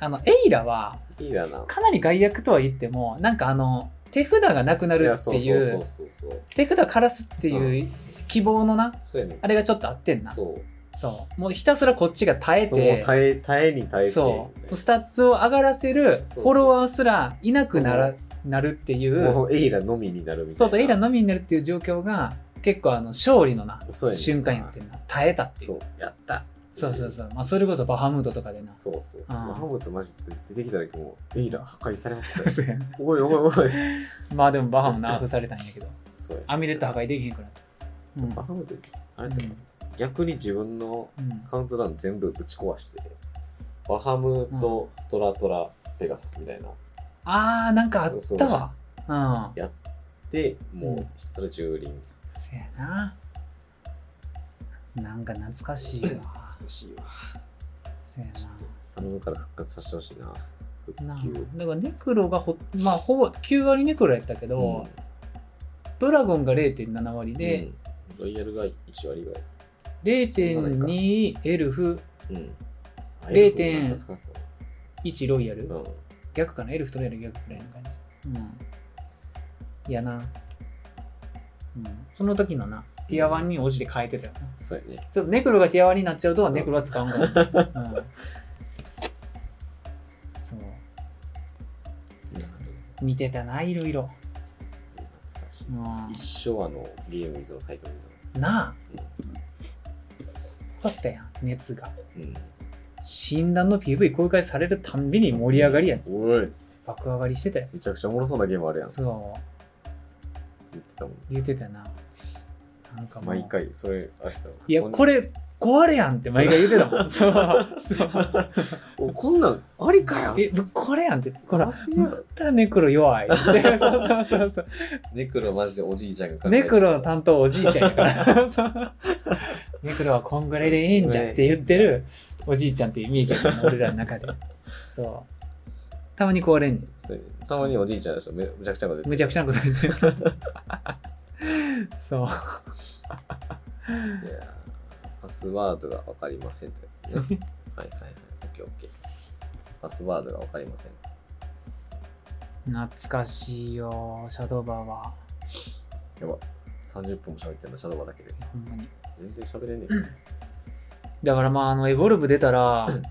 あのエイラはい
いだな。
かなり害悪とは言ってもなんかあの手札がなくなる
や
っ
そう
ていう
そうそうそうそう。
手札からすっていう希望のな、
そうやねん
あれがちょっと合ってんな
そう。
そうもうひたすらこっちが耐え
そうもう
て
耐え、耐えに耐えて。
そうスタッツを上がらせる
そうそう
フォロワーすらいなくならなるっていう
もうエイラのみになるみたいな。
そうそうエイラのみになるっていう状況が結構あの勝利のな
そうやねん
瞬間やってんな耐えたってい
そうう、やった。
そうそうそう、まあ、それこそバハムートとかでな
そうそう。
うん
マハムとマジで出てきた時もう、エイラ破壊されましたよ。
そうやな
おいおいおい。
まあでもバハムナーフされたんやけど
そうや。
アミュレット破壊できへんくなったうん
マハムと、あれだよ逆に自分の
うん
カウントダウン全部ぶち壊して、バハムとトラトラペガサスみたいな。
あーなんかあったわうん
で、も
うん
う、ひたすら蹂躙。
そやななんか懐かしいわ
美しいわ。
そやな
頼むから復活させてほしいな。
な
復
あ
旧。
だからネクロがほ,、まあ、ほぼ9割ネクロやったけど、
うん
ドラゴンが0.7割で、
うん、ロイヤルが1割ぐらい。
0.2エルフ
うん。
0.1
点
1ロイヤル、
うん。
逆かなエルフとロイヤル逆くらいの感じうんいやな、うん、その時のなティア1に応じて変えてたよな
そうやね。
ちょっとネクロがティア1になっちゃうとネクロは使わんから、 うん、そう見てたないろいろ、
懐かしい。
うん、
一生あの、ゲームイズのサイトに。
なあすごかったやん熱が
うん。
診断の PV 公開されるたんびに盛り上がりやん
おいっつって。
爆上がりしてたよ
めちゃくちゃおもろそうなゲームあるやん。って
そ
言ってたもん。
う言ってたななんかもう
毎回、それ、あれだ
いやこれ壊れやんって毎回言ってたもん。そう。そう
おこんなんありかよ
え、ぶっ壊れやんって。ほら、
あそう
またネクロ弱い。そうそうそうそう。
ネクロマジでおじいちゃんが考えて
ネクロの担当おじいちゃんやから。そうネクロはこんぐらいでええんじゃんって言ってるおじいちゃんっていうイメージやから俺らの中で。そう。たまに壊れんねん
そうたまにおじいちゃんの人めむちゃくちゃなこと言
む
っ
ち
て
ゃくちゃなこと言 ってる。そう。
いやパスワードが分かりませんって、ね、はいはいはいオッケーオッケーパスワードが分かりません
懐かしいよ、シャドーバーは。
やば30分も喋ってんのシャドバだけで
ほんまに。
全然喋れね
だからまあ、あの、エボルブ出たら、
え、うん、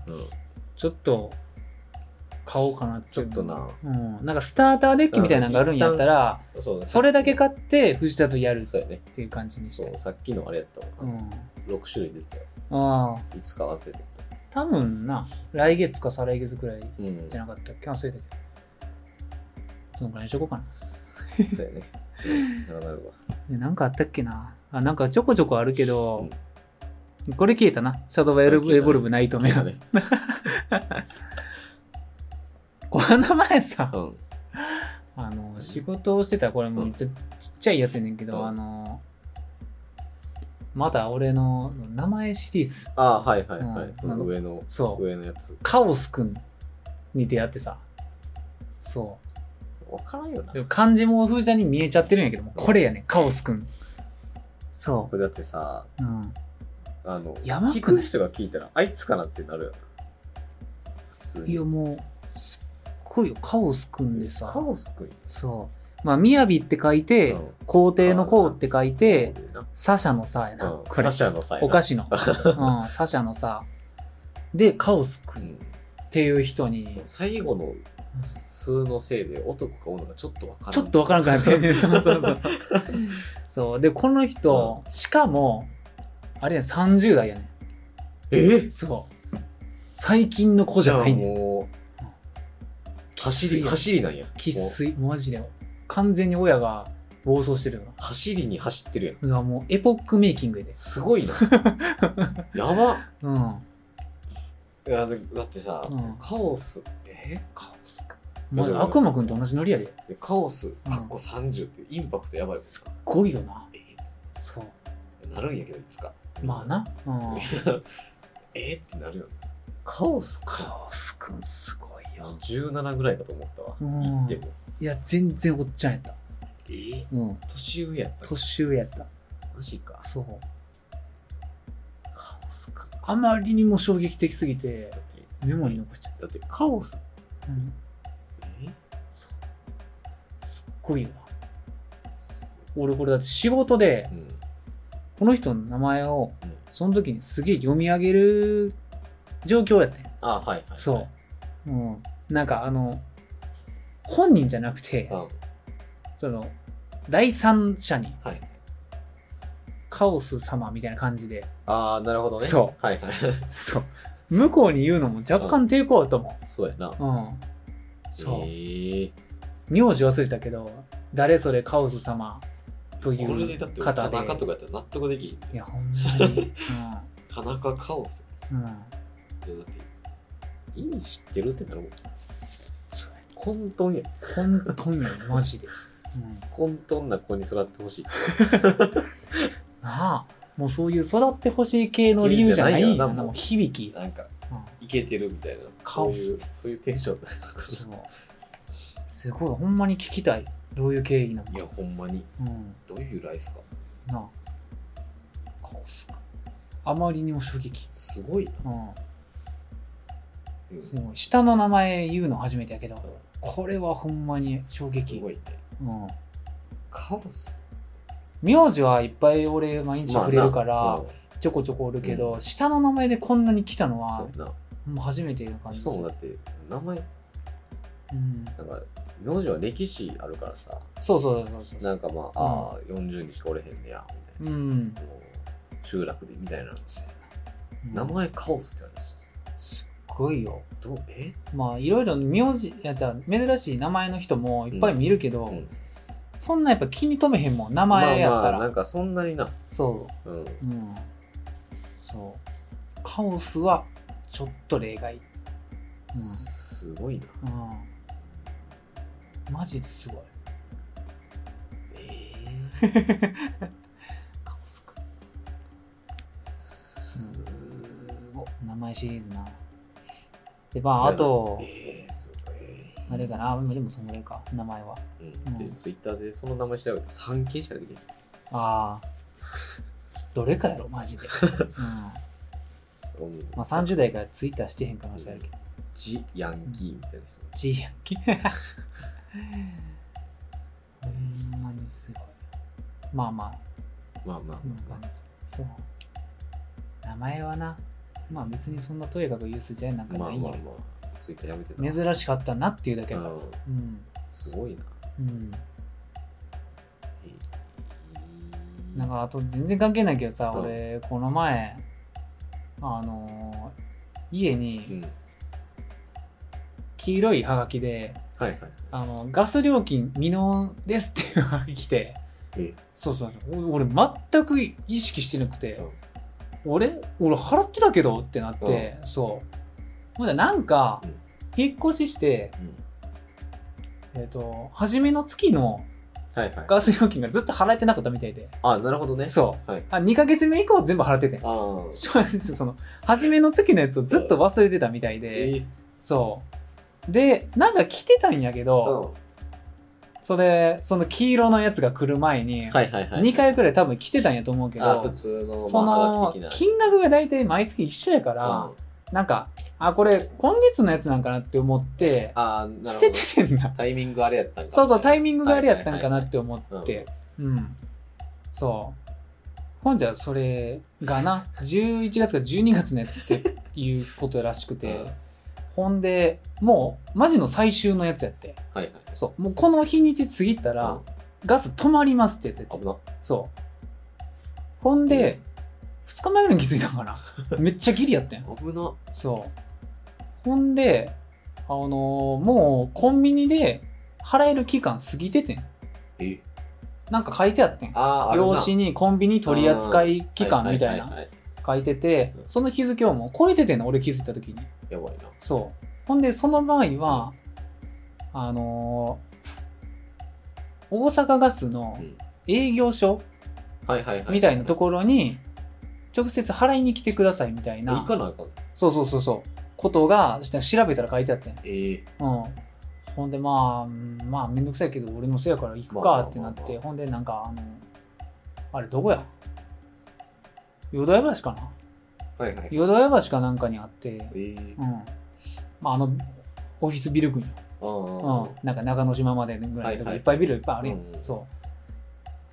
ちょっと、買おうかなって
ち
い
ょ
う
っと。な
うん。なんか、スターターデッキみたいなのがあるんやったら、
そうね
それだけ買って、藤田とやるっ
そうやね
ていう感じにし
そ
て
う。さっきのあれやったわ、
うん。
6種類出てたよ
ああ。
いつか忘れてき
多分な、来月か再来月くらい
たうん
じゃなかったっけ忘れたけど。そのくらいにしとこうかな。
そうやねそう長な るわ
ねなんかあったっけなあなんかちょこちょこあるけど、これ消えたなシャドウバイエル
消えたね
エボルブないと目が、
ね
この前さ
うん
あの仕事をしてたこれもう
うん
ちっちっちゃいやつやねんけど、
うん
あのまだ俺の名前シリーズ
ああはいはいはい、
うん
その上の
そう
上のやつ
カオスくんに出会ってさそ
分からんよな
うでも漢字も風ちゃんに見えちゃってるんやけどもこれやねんカオスくんそ
これだってさ
う、うん、
あの
やばくない
聞く人が聞いたらあいつかなってなるよな普通に
いやもうすっごいよカオスくんでさ
カオスくん
そう。まあ、雅って書いて、
うん
皇帝の皇って書いて、
そうだよな
サシャのさやな。
う
こ
ん
れ
サ、シャのさ
お菓子
し
の。うん、サシャのさ。で、カオス君っていう人に、
最後の数のせいで男か女がちょっと分からん
ちょっとわからんくな ってんね そうそうそう。そう。で、この人、しかも、あれやね30代やね
え
そう。最近の子じ
じ
ゃ
ゃ
な
あ
いねん。
もう走
生
り
粋
走りなんや
生
もう
粋、マジで。完全に親が暴走してるから。
走りに走ってるやん
うわ、もうエポックメイキングやで。
すご いなやば
うん。
いやだだってさ、
うん
カオスえ
カオスか。
いや
ま
でも
あ、悪魔くんと同じノリやで。
でカオスかっこ30っていうインパクトやばいですか、
ごいよな。
えーっつっ
そう。
てなるんやけどいつか
まあな。うん。
えーってなるよねカオスか
カオスくんすごい
いや。17ぐらいかと思ったわ、
うん。
でも
いや、全然おっちゃんやった。
えー
うん。
年上やった
年上やった。
マジか
そう。
カオスか
あまりにも衝撃的すぎて
だ、って
メモに残っちゃっ
だってカオス
た。うん。
え
そう。すっごいよな。
す
俺これだって仕事で
ごい、うん
この人の名前を
うん、
その時にすげえ読み上げる状況やったんよ
あはいはいはい
そう。うん。なんかあの、本人じゃなくて、
うんは
その、第三者に
い
カオス様みたいな感じで、
ああなるほどね
そう
はいはい
そう。向こうに言うのも若干抵抗あったも。
そうやなん
うん。そう
え。ー
名字忘れたけど、誰それカオス様とい
これで
う
だって俺田
方で。
中とかやったら納得できひん
い
ね
や、ほんまに。
田中カオス
うん。うん。
いやだって意味知ってるってなるもん
そう
混沌や
本当にマジで。うん。
混沌な子に育ってほしい
なあ。もうそういう育ってほしい系の理由じゃないよな。
理由じゃないよな
もう響き。
なんか
うん
イケてるみたいな
カオス
そういうそういうテンションだ
そう。すごい、ほんまに聞きたい。どういう経緯なの
い
か
や。ほんまに
うん。
どういう由来ですか
なあ。カオスか。あまりにも衝撃。
すごいな、
うん。
うん
すごい下の名前言うの初めてやけど
うん
これはほんまに衝
す
撃、
ごいね
うん、
カオス
名字はいっぱい俺毎日触れるから、
まあなうん
ちょこちょこおるけど、
う
下の名前でこんなに来たのは
そうや
もう初めての
な
感じ
し
で
か
す
も
よ
だって名前
うん、
なんか名字は歴史あるからさ
そうそうそうそう
なんかまあ、ああ40日しかおれへんねやみたい
うん
な、もう集落でみたいな
う
名
ん
前カオスってあるんです
すっごいよ
どうえ
まあいろいろ名字やったら珍しい名前の人もいっぱい見るけど、
うん
そんなやっぱ気に留めへんもん名前やったら、
まあまあなんかそんなにな
そ
うん
う、うん、すそうカオスはちょっと例外
すごいな。
うん、うん、マジですごい
え
カオスくん
す
お名前シリーズなでまああと
えー、すごい。
あれかなあでもそのぐらいか名前は
うん、で、ツイッターでその名前調べて3件しかできない。
ああどれかやろマ ジで、うんま
うん
あ、30代からツイッターしてへん可能性あるけど
ジ・ヤンキーみたいな人。
ジーヤンキー ほんまにすごいまあまあ
まあまあ
うん
まあ、まあ、
そう名前はなまあ別にそんなとやかく言う筋合いなんか
まあ
ないん
ま
や
あ
けど、
まあ、ツイッターやめてた。
珍しかったなっていうだけ
う
だから
ん
うん
すごいな。
うん
えー
なんかあと全然関係ないけどさ、
うん
俺この前あのー家
う
に
ん。はい
黄色いハガキで、
はいはい。
あのガス料金未納ですっていうハガキ来て
え
そうそうそう俺俺全く意識してなくて、
うん
俺俺払ってたけどってなって、そうほんでなんか
うん
引っ越しして、
うん
えっと初めの月の
はいはい。
ガス料金がずっと払えてなかったみたいで
あ、なるほどね。
そう、
はい
あ2ヶ月目以降全部払っててん
ああ。
そうなんですよその初めの月のやつをずっと忘れてたみたいで、
え
そうでなんか来てたんやけ
ー、
ど、
うん
それその黄色のやつが来る前に、
はいはいはい。
2回くらい多分来てたんやと思うけ
あ、普
ど
通の、
そ
まあ、ハガ
の
キ的な。
金額が大体毎月一緒やから、
うん
なんかあこれ今月のやつなんかなって思って
あー、な
捨
るほ
て
ど。
ててんな
タイミングあれやったんか。
そうそうタイ
ミ
ミングがあれやったんかなって思
はい
っ
はいはい
てうんそうほんじゃそれがな11月か12月のやつっていうことらしくて、
うん
ほんでもうマジの最終のやつやって
はいはい。
そうもうこの日にち過ぎたら、ガス止まりますってやつやって
うん、危な。
そうほんで、2日前ぐらいに気づいたん かなめっちゃギリやってん
危な。
そうほんであのーもうコンビニで払える期間過ぎててん
え
なんか書いてあってん
あー、あるな
用紙にコンビニ取扱い期間みたい
はは
な
はは
書いてて
うん
その日付をもう超えててんの俺気づいた時に
やばいな。
そうほんでその場合はあのー大阪ガスの
うん
営業所、
はいはいはい。
みたいなところに直接払いに来てくださいみたい
行
な
かなあかん。
そうそうそうそうことがした調べたら書いてあってん、うん、
えー、
ほんでまあうんまあ面倒くさいけど俺のせいやから行く
まあ
かってなって、
まあまあ
ほんでなんかあのあれどこや淀屋橋かな
はいはい。
淀屋橋かなんかにあって、
えー
う、んまあ、あのオフィスビル群よ、
あー
うん、なんか中之島までぐらいのとこ
はいはい
いっぱいビルいっぱいあるやん、
うん
そう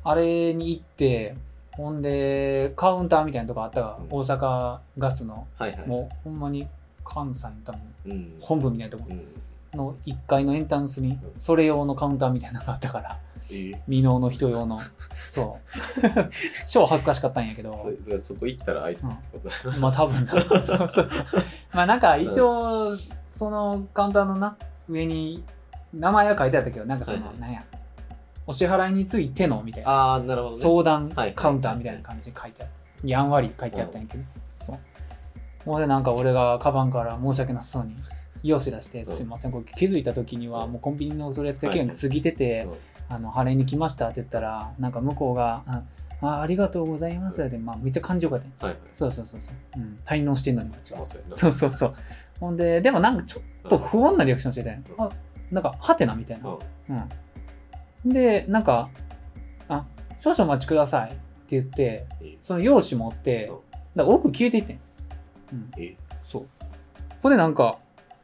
あれに行ってほんでカウンターみたいなとこあったが、
うん
大阪ガスの
はいはい。
もうほんまに関西の多分
うん。
本部みたいなとこ
うん。
の1階のエンタンスに
うん
それ用のカウンターみたいなのがあったから
えー、
未納の人用 のそう超恥ずかしかったんやけど
そそこ行ったらあいつってことだ。
まあ多分なそうそうまあなんか一応そのカウンターのな上に名前は書いてあったけどなんかそ
はい
の
はい
なんやお支払いについてのみたいな
ああ、なるほどね。
相談
はい
カウンターみたいな感じで書いてあるやんわり書いてあったんやけど、そうほんでなんか俺がカバンから申し訳なさそうに用紙出して「
うん
すいませんこれ気づいた時には
うん
もうコンビニの取り扱い期限が過ぎてて
うん
「あの払いに来ました」って言ったらなんか向こうが「ああありがとうございます」って、まあ、めっちゃ感情がね
はいはい。
そうそうそうそう、うん、滞納してんのにこっちは
まあそうやな
そうそうそうほんででもなんかちょっと不穏なリアクションしてたんや
うん
あなんかハテナみたいな
うん
うん。で、なんか、あ、少々お待ちくださいって言って、
え
その用紙持って、だ
うん
から奥消えていってん。うん。
え
そう。これなんか、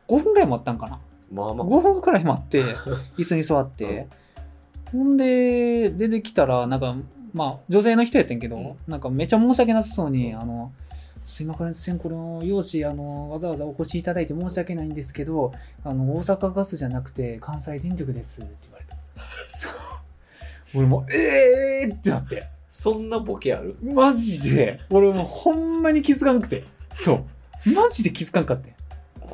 5分くらい待ったんかな。
まあまあ。
5分く
ら
らい待 って、椅子に座って、ほんで、出てきたら、なんか、まあ、女性の人やってんけど、
うん
なんかめっちゃ申し訳なさそうに、
うん
あの、すいません、この用紙、あの、わざわざお越しいただいて申し訳ないんですけど、あの、大阪ガスじゃなくて、関西電力ですって言われた。そう。俺もう、えーってなって、
そんなボケある
マジで、俺もうほんまに気づかんくて、そう。マジで気づかんかって。
あ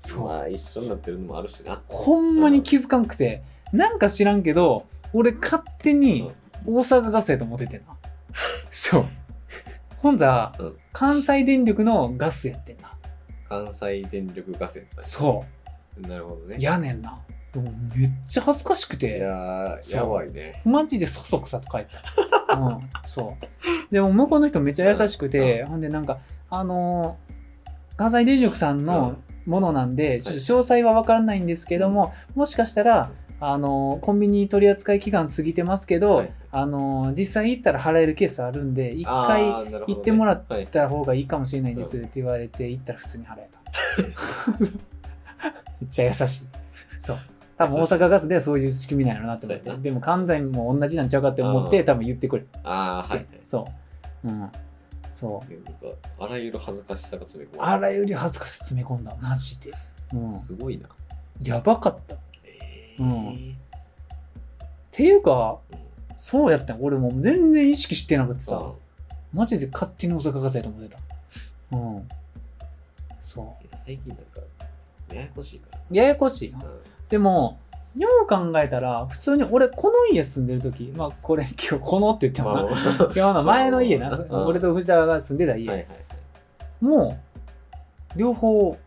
そう。
まあ一緒になってるのもあるしな。
ほんまに気づかんくて、なんか知らんけど、俺勝手に大阪ガスやと思っててんな。そう。ほんざら、
うん
関西電力のガスやってんな
関西電力ガスやった
そ
なるほどね。
うやねんなでもめっちゃ恥ずかしく
い
て
やー、
そう
やばいね。
マジでそそくさと帰ったうんそうでも向こうの人めっちゃ優しくて、ほんでなんかあのー関西電力さんのものなんで、ちょっと詳細は分からないんですけども、もしかしたら、あのーコンビニ取扱期間過ぎてますけど、
はい
あのー実際行ったら払えるケースあるんで一回行
あーなるほどね
行ってもら
はい
った方がいいかもしれないですって言われて行ったら普通に払えた めっちゃ優しいそう多分大阪ガスではそういう仕組みなんやろなって思っ
そう
て
やな
でも関西も同じなんちゃうかって思っ
う
て
ん
多分言ってくれて、
ああ、はい。
そううんそう
なんかあらゆる恥ずかしさが詰め込ま
あ
れ
らゆる恥ずかしさ詰め込んだマジで、うん
て、すごいな。
やばかったっ
え
う
ー
んていうか
うん
そうやったん俺もう全然意識してなくてさ、
うん
マジで勝手に大阪ガスやと思ってたうんそ
最近なんか、ややこしいか
うややこしいな
ら。うん
でもよう考えたら普通に俺この家住んでる時まあこれ 今日このって言ってもな、
まあ
今の前の家
ま
な
あ
俺と藤田が住んでた
はいは
家、
い。
もう両方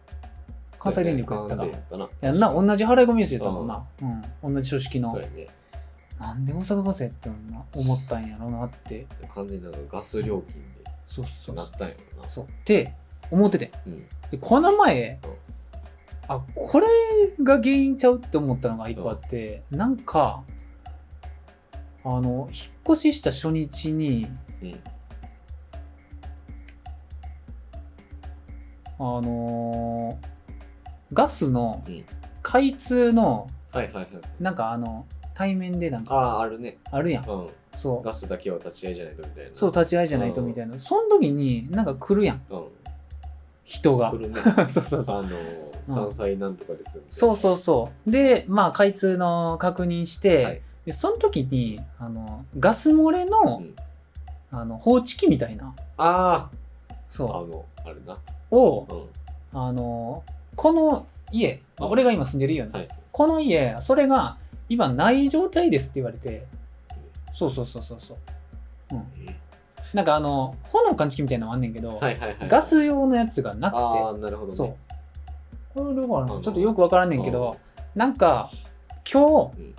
関西電力やったか
そう
ら
やね関電や
や
った
ん
な。
な同じ払い込みやつやったもんな、うん、同じ書式の
そうやね。
なんで大阪ガスやってんの思ったんやろなって
完全になんかガス料金
そうそ
で
う
な
そう
ったんやろな。
そうって思ってて
うん。
でこの前
うん
あこれが原因ちゃうって思ったのが一個あって、なんかあの引っ越しした初日に
うん。
あのーガスの
うん
開通の
はいはいはい。
なんかあの対面でなん
あ
か
あ、あるね。
あるやん
うん。
そう
ガスだけは立ち会いじゃないとみたいな。
そう立ち会いじゃないとみたいなその時になんか来るやん
うん。
人が
来るね。
そうそうそう
あの
うん
関西なんとかですよみたい
そ
な
うそうそうでまあ開通の確認して、
はい
でその時にあのガス漏れの,、
うん
あの放置機みたいな
あああ
そ
のあれな
うを
うん
あのこの家、まあ
うん
俺が今住んでる家よね、
はい
この家それが今ない状態ですって言われてそうそうそうそうそうなんかあの炎感知器みたいなのもあんねんけど、
はいはいはい
ガス用のやつがなくて
ああなるほどね
そうこれだから
あの
ちょっとよくわからんねんけどなんか今日、
うん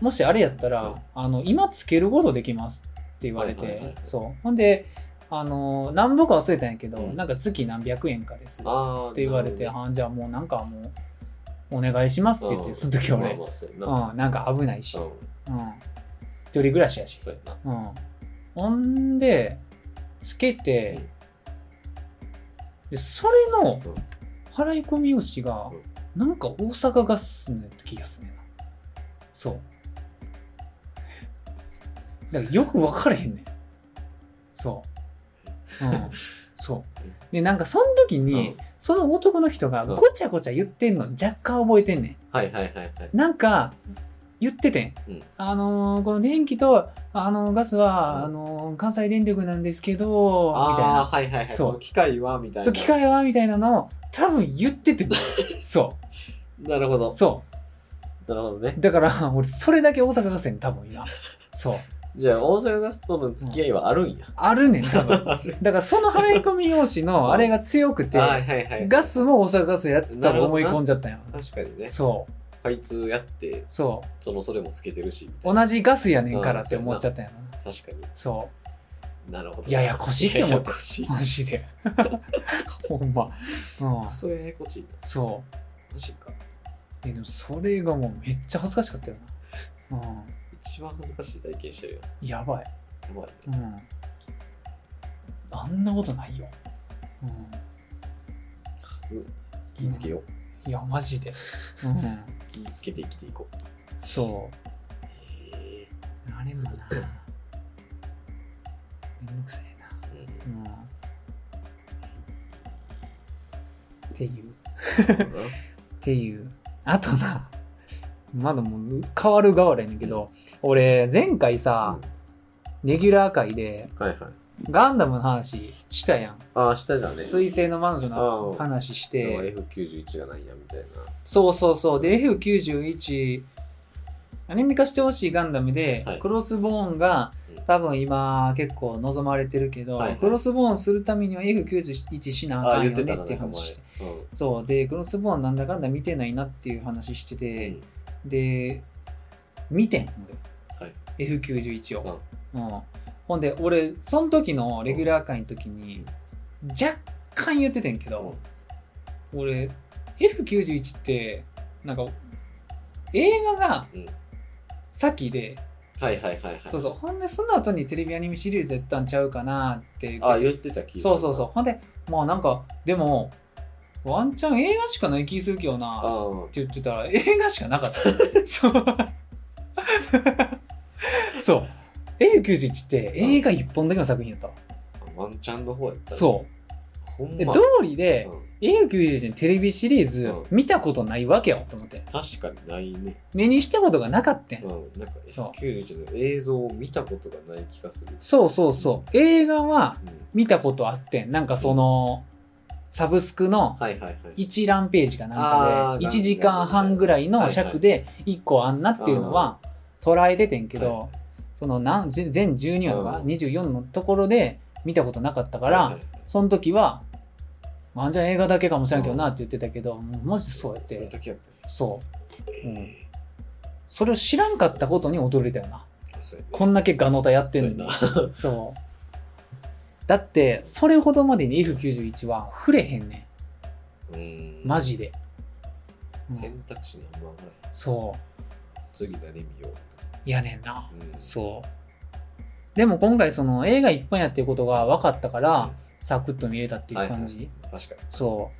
もしあれやったら、
うん
あの今つけることできますって言われて、
はいはいはい
そうほんであの何ぼか忘れたんやけど、
うん
なんか月何百円かですっ
ああ
て言われて、
なる
あじゃあもうなんかもうお願いしますって言って、
うん
その時
ほど
俺
ねまあ、まあそうやな
うん、なんか危ないし、
うん
うん、一人暮らしやし、
そうやな
うん、ほんでつけて、でそれの
うん
払い込み用紙が
う
な
ん
んか大阪ガスのやった気がするねんなそうだからよく分からへんねんそううんそう
うん
でなんかその時に
うん
その男の人が
うん
ごちゃごちゃ言ってんの若干覚えてんねん
はいはいはいはい
なんか言っててん、
うん
あのーこの電気と、あのーガスは、
うん
あのー関西電力なんですけどみたい
ああ
な
はいはいはい
そう
その機械はみたいな
そう機械はみたいなのを多分言って てそ
なるほ
う
ど
そ
なるほどね
うだから俺それだけ大阪ガスやねん多分今そう
じゃあ大阪ガスとの付き合いはあるんや
あるねん多分
あ る
だからその払い込み用紙
う
の
ん
あれが強くて、
はいはいはい
ガスも大阪ガスやってた
なる
と思
ほどない
込んじゃったんよ
確かにね
そう
開通やって
そ
そのそれもつけてるしみた
う
いな
同じガスやねんからって思っちゃったんやな
確かに
そう
なるほど
ややこしいって思った
ややこしい
マジで。 ほんま。うん
ク。ソややこしいな
そ
マジか
う。え、でもそれがもうめっちゃ恥ずかしかったよな。
一番恥ずかしい体験してるよ。
うん。やばい。
やばいね。
うん。あんなことないよ。うん。
はず気ぃつけよう。
いや、マジで。うん。
気ぃつけて生きていこう。
そう。
へ
あれもな。めんどくさいな。
ーう
うん。っていう。
んなる
っていうあとなまだもう変わる変わるやねんけど、俺前回さ、レギュラー会で
ほどな。はいはい。
ガンダムの話したやん
ああ、下だね。
水星の魔女の
ああ
話し
でも
て
F91 がないやみたいな。
そうそうそうで F91 アニメ化してほしいガンダムで、
はい
クロスボーンが
うん
多分今結構望まれてるけど、
はいはい
クロスボーンするためには F91 しなあ
あ
かん
言
よ
って
ね
た
っ
な
てい
なん
う
か前
話してそうでクロスボーンなんだかんだ見てないなっていう話して
う
て、
ん
で見てん俺、
はい
F91 を、うんほんで俺その時のレギュラー会の時に若干言っててんけど、俺 F91 ってなんか映画が
うん
先で、
はいはいはいはい
そうそうほんでその後にテレビアニメシリーズやったんちゃうかなって言って
あ言ってた気がする
そうそうそうほんでまあなんかでもワンチャン映画しかない気するけどな
あうん
って言ってたら映画しかなかった そうそう A91 って映画1本だけの作品やったわ
ワンチャンの方やったね
そ
ほん
うで
ま
道理で
うん
A91 のテレビシリーズ
うん
見たことないわけよと思って
確かにないね
目にしたことがなかったん
うんなんか
そう
91の映像を見たことがない気がする
そうそうそう映画は
うん
見たことあってんなんかそのサブスクの
はいはいはい
一覧ページかなんか
あ
で
ー
1時間半ぐらいの尺で1個あんなっていうのは捉えててんけ
は
どそのなんじ全12話とか
うん
24のところで見たことなかったか
はい
ら
はい
その時は「まあじゃあ映画だけかもしれんけどな」って言ってたけどもうマジそうやっ
それ
て
だけやった
そう、うん、それを知らんかったことに驚いたよな
そうやね
こんだけガノタやって
そうんや
の
な
にそうだってそれほどまでに F91 は触れへんね
う
ん
ん
マジで、うん
選択肢何番ぐらい
そう
次何見よう
やねんな
うん
そうでも今回その映画一本やっていうことが分かったからサクッと見れたっていう感じ、
はいはい確かに
そ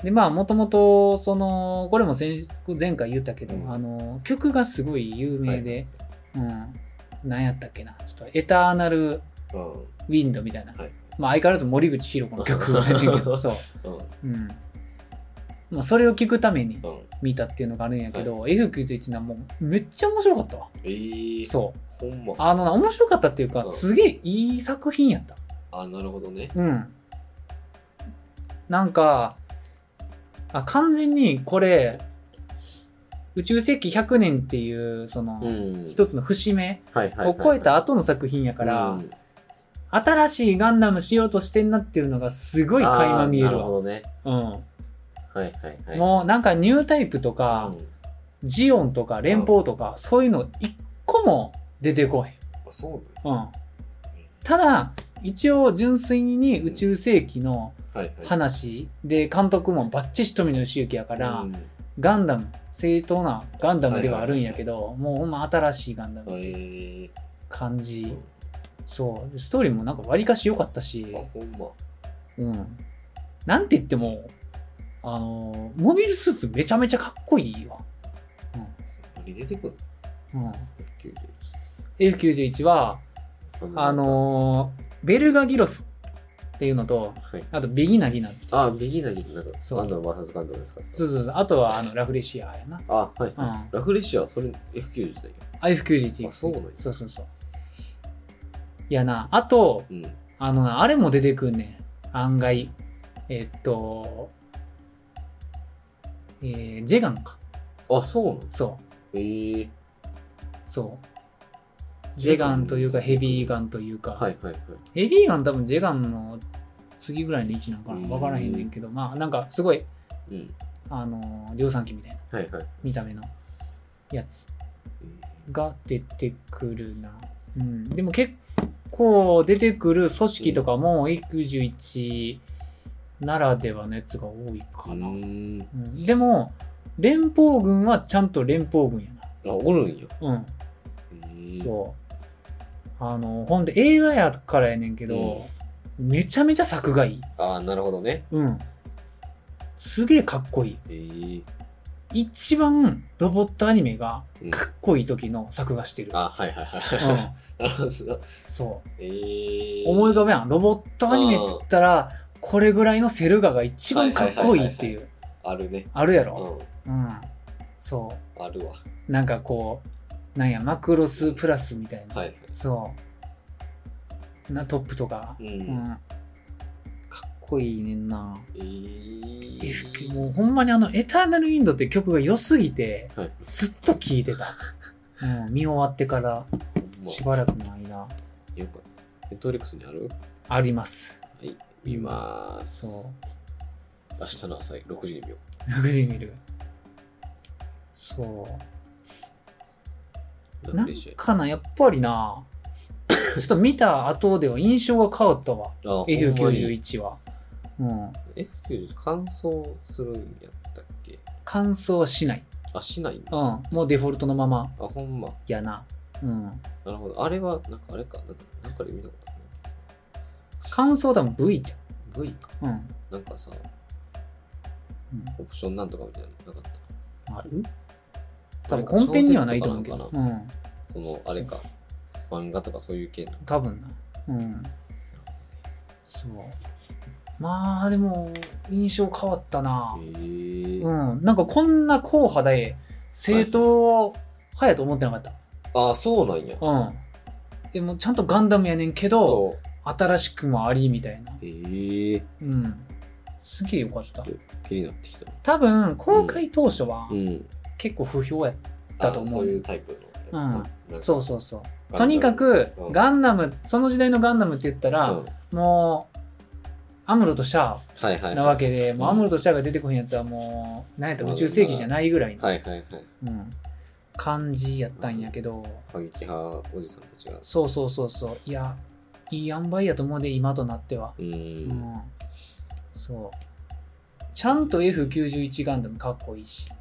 うでまあもともとそのこれも先前回言ったけど、
うん
あの曲がすごい有名で、うん何やったっけなちょっと「エターナル・
うんうん
ウィンド」みたいな、
はい
まあ相変わらず森口博子の曲がやねんけどそう、うんまあ、それを聞くために
うん
見たっていうのがあるんやけど、F91 なもうめっちゃ面白かったわ
えー
そう
ほんま
あのな面白かったっていうか、
うん
すげえいい作品やった。
あなるほどね
うん。なんか、あ完全にこれ、宇宙世紀100年っていう、その、
ん
一つの節目
はいはい
を超えた後の作品やから、
うん
新しいガンダムしようとしてんなっていうのがすごい垣間見え
あーな
る
るほ
わ。
どね
うん。
はいはいはい
もうなんかニュータイプとか、
うん
ジオンとか連邦とか、そういうの一個も出てこへん。
あそうね
うん、ただ一応純粋に宇宙世紀の
はいはい
話で監督もバッチシ富野義行やから、
うん
ガンダム正当なガンダムではあるんやけど、もうほんま新しいガンダムっていう
え
感じ、
ー
そうでストーリーもなんかわりかし良かったし
あ、ほんま
うん、なんて言ってもあのモビルスーツめちゃめちゃかっこいいわ、
何出てくる
うん、
の
F91 はあのベルガギロスっていうのと
はい
あとベギナギナ
あビギナギなんか
そう
ガンダム VS ガンダムですか
そうそうそう。あとは、あの、ラフレシアやな。
あはい
うん。あ
ラフレシアはそれ F90 だよ
F91。
あそうなんや
そうそうそう。いやな、あと、
うん
あのな、あれも出てくんねん。案外。えっと、えー、ジェガンか。
あそうなの
そ
えー
う、そう。ジェガンというか、ヘビーガンというか。
はいはいはい
ヘビーガン多分ジェガンの次ぐらいの位置なんかな。わからへんねんけど、まあ、なんか、すごい、
うん
あの、量産機みたいな
はいはい
見た目のやつ。
うん
が出てくるな、うん、でも結構出てくる組織とかも F91 ならではのやつが多いかな、
う
うん
ん
でも連邦軍はちゃんと連邦軍や
あおるんや
な
う
うんんそうあのほんで映画やからやねんけど、めちゃめちゃ作がいい
あなるほどね
うんすげえかっこいい
えー
一番ロボットアニメが
うん
かっこいい時の作画してる、
あはいはい
うん
は、い なるほど
そう
えー
思い浮かべやんロボットアニメっつったらこれぐらいのセルガが一番かっこいいっていう
あるね
あるやろ
う
うんそ
んあるわ
うなんかこうなんやマクロスプラスみたいな、
はいはい
そうなトップとか、
う
うん
ん
かっこいいねんな、
えー
F もうほんまにあの「エターナル・ウィンド」って曲が良すぎて
はい
ずっと聴いてた、うん、見終わってから
ほんま
しばらくの間な
よくネットフリックスにある
あります
はい見まーす
そう
明日の朝6時に見よ
6時に見るそうな
うなんんでしょう
かな、やっぱり な、ちょっと見た後では印象が変わったわ、
あ
F91 は。うん。
F91 乾燥するんやったっけ
乾燥しない。
あしないん
う
だ
ん。もうデフォルトのまま
あほんま
やな。うん。
なるほどあれはなんかあれかなんかなんかで見たことあ
乾燥多分 V じ
る V か
ゃん。うん。
なんかさ
うん、
オプションなんとかみたいなのなかっ
ある多分
なんか
本編にはないと思うけ
小
ど。
説と
う
か
ん。
たそのあれか漫画とかそういう系な
多分な。うん。そう。まあ、でも、印象変わったな。
へえ
うん。なんかこんな硬派で、正統派やと思ってなかった。
あそうなんや
うん。でもちゃんとガンダムやねんけど、
そ
新しくもありみたいな。
うへえ
うん。すげえよかった。
気になってきた
多分、公開当初は
うん
結構不評やった。だと思う
あそういうタイプのやつな
うん
なんか
そうそうそう。
ガンダム
とにかく
う、ん
ガンダム、その時代のガンダムって言ったら、
うん
もう、アムロとシャア
はいはい
な
は
わけで、もうアムロとシャアが出てこへんやつはもう、なんやったら宇宙世紀じゃないぐらい
い
の、
はいはいはい
うん、感じやったんやけど、
過激派おじさんたちが
そうそうそうそう。いや、いい塩梅やと思うで、今となっては。
うー
うんんそう。ちゃんと F91 ガンダムかっこいいし。
か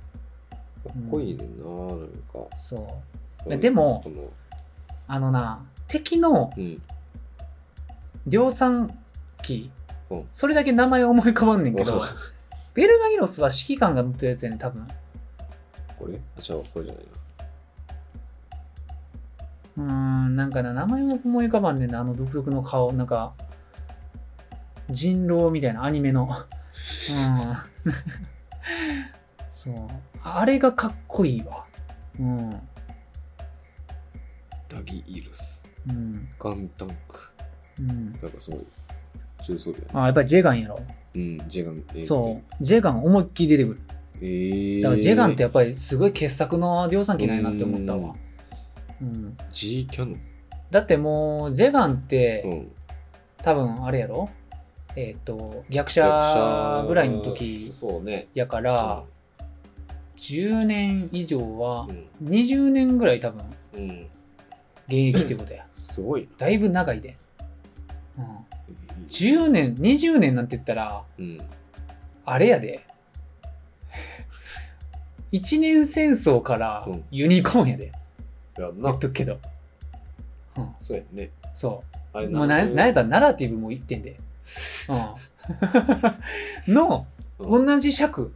っこいいねんななんか
そう。
この
でも
この
あのな、敵の
うん
量産機、
うん
それだけ名前思い浮かばんねんけ
うん
ど、ベルガギロスは指揮官が乗ってるやつやねん、多分。
これあじゃあこれじゃないな
うーん、なんかな、名前も思い浮かばんねんな、あの独特の顔、なんか、人狼みたいなアニメの。うん。そう。あれがかっこいいわ。うん。
ダギイルス
うん。
ガンタンク
うん。
なんかすごい中装備だね
あ、やっぱりジェガンやろ。
うんジェガンえー
そう。ジェガン思いっきり出てくる。
えー
だからジェガンってやっぱりすごい傑作の量産機なんやなって思ったわ。うん。
G キャノン
だってもう、ジェガンって、
うん
多分あれやろえっ、と、逆
役者
者ぐらいの時
そうね
やから、10年以上は
う、ん
20年ぐらい多分
うん
現役ってこと や。
すごい
だいぶ長いで。うん。
な
10年、20年なんて言ったら、
うん
あれやで。 一年戦争から
うん
ユニコーンやで。
やん
言っ
な
とくけど。うん、
そうやんね
そ
あ
う。
れ
もうな、なんやったらナラティブも言ってんで。 うん。の、
うん
同じ尺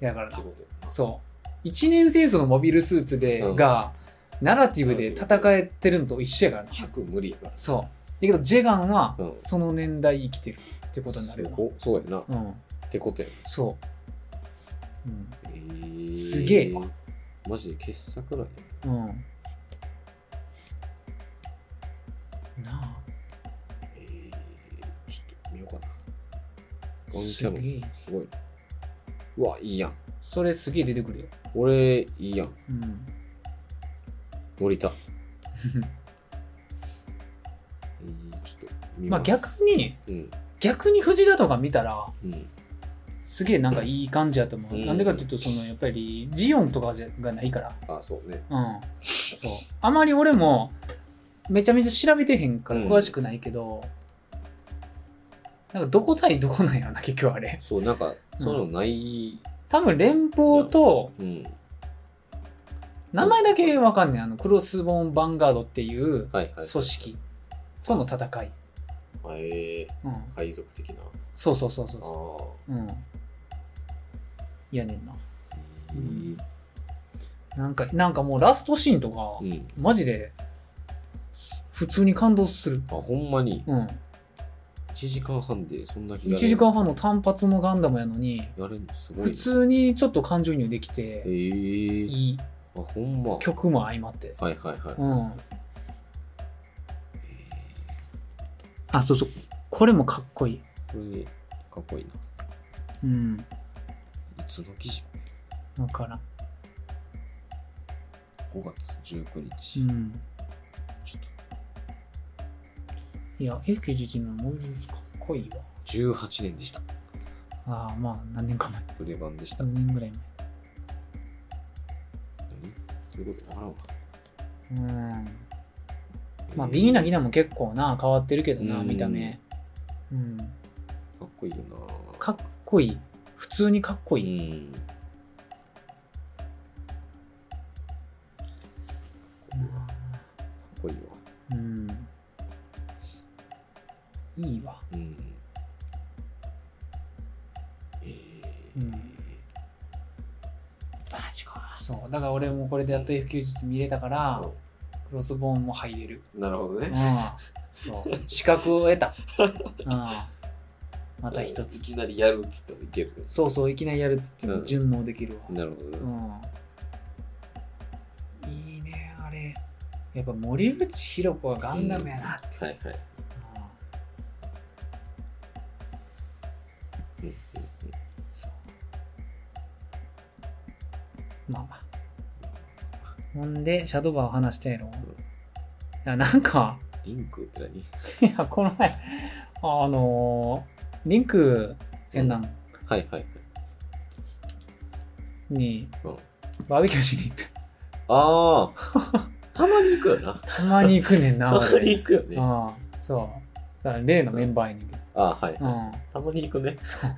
やから
って
な。
ことやな
そう。一年戦争のモビルスーツで、
うん
が、ナラティブで戦えてるのと一緒やからな。
100無理やから
そう。だけど、ジェガンは、
うん
その年代生きてるってことになるよ
おそうやなっ
な。うん。
てことや
そう。うん。す
す
げえわ
マジで傑作なんや
うん。な
えーちょっと見ようかな
あ。
ガンキャノ
すげ
ン
え
すごいなうわいいやん
それすげえ出てくるよ。
俺いいやん
うん。
森田えーちょっと見
まあ
ます
逆に、
うん
逆に藤田とか見たら、
うん
すげえなんかいい感じやと思う。
うん
なんでかっていうと、そのやっぱりジオンとかじゃがないから。
あそうね
うん。そう。あまり俺も、めちゃめちゃ調べてへんから
うん
詳しくないけど、なんかどこ対どこなんやろな、結局あれ。
そうなんかそういうのない
多分連邦と、
うん
名前だけわかんねいあのクロスボーン・ヴァンガードっていう
はいはい
組織との戦い、
えー
うん、
海賊的な
そうそうそうそう
あ
そ
ー
う、うん、いやねんな
えー
なんかなんかもうラストシーンとか、
うん
マジで普通に感動する、
あほんまに
うん、
1時間半でそんだけ
1
やれる
時間半の単発のガンダムやのに
やるのすご
普
いな
通にちょっと感情移入でき
え
て
ー
いい
あほんま
曲も相まって、
はいはいはい
うん、あそうそうこれもかっこいい、
これかっこいい
うん、
ないつの記事
だからん、
5月19日、
うん
ちょっ
いや F91 のモビルスかっこいいわ
18年でした。
ああまあ何年か前
プレ版でした。
何年ぐらい
何ということわからんわ。
前うんまあビギナギナも結構な変わってるけどな
うん
見た目うん
かっこいいよな。
かっこいい普通にかっこ
う
いい、
ん。かっこいいわ。
うんいいわ
うん。え
う
ー
んバチコそうだから俺もこれでやっと F90 見れたからクロスボーンも入 れる
なるほど
うん
ね。
そう資格を得たうんまた一つ
いきなりやるっつってもいけるね。
そうそういきなりやるっつって
う
も
ん
順応できるわ
なるほど
う
ね。
んいいねあれやっぱ森口博子はガンダムやなって、
はいはい。うんうんうん
うんそうまあまあほんでシャドーバーを話したやろ、いやなんか
リンクって何
いやこの前あのリンク戦南
はいはいはい。
に
うん
バーベキューしに行っ
ああ。たまに行くよな。
たたまに行くねんな
たまに
俺
行くよ
う
ね。
んそうさ例のメンバーに
あーはい。
うん
たまに行くね。
そう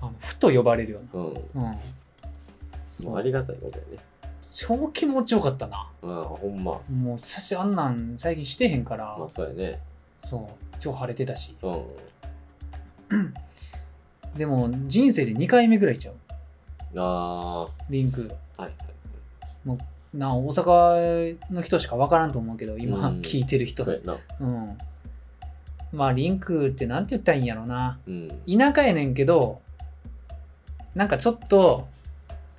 あのふと呼ばれるよ
うん。
なうん
もうありがたいことやね。
超気持ちよかったな
うん、ほんま。
もう久しあんなん最近してへんから、
まあそうやね。
そう超晴れてたし
うん。
でも人生で2回目ぐらい行っちゃう
あ
リンク
あ。はいはい。
な大阪の人しか分からんと思うけど今
うん
聞いてる人
そうやな。
うんまあリンクってなんて言ったらいいんやろな
うん。
田舎やねんけどなんかちょっと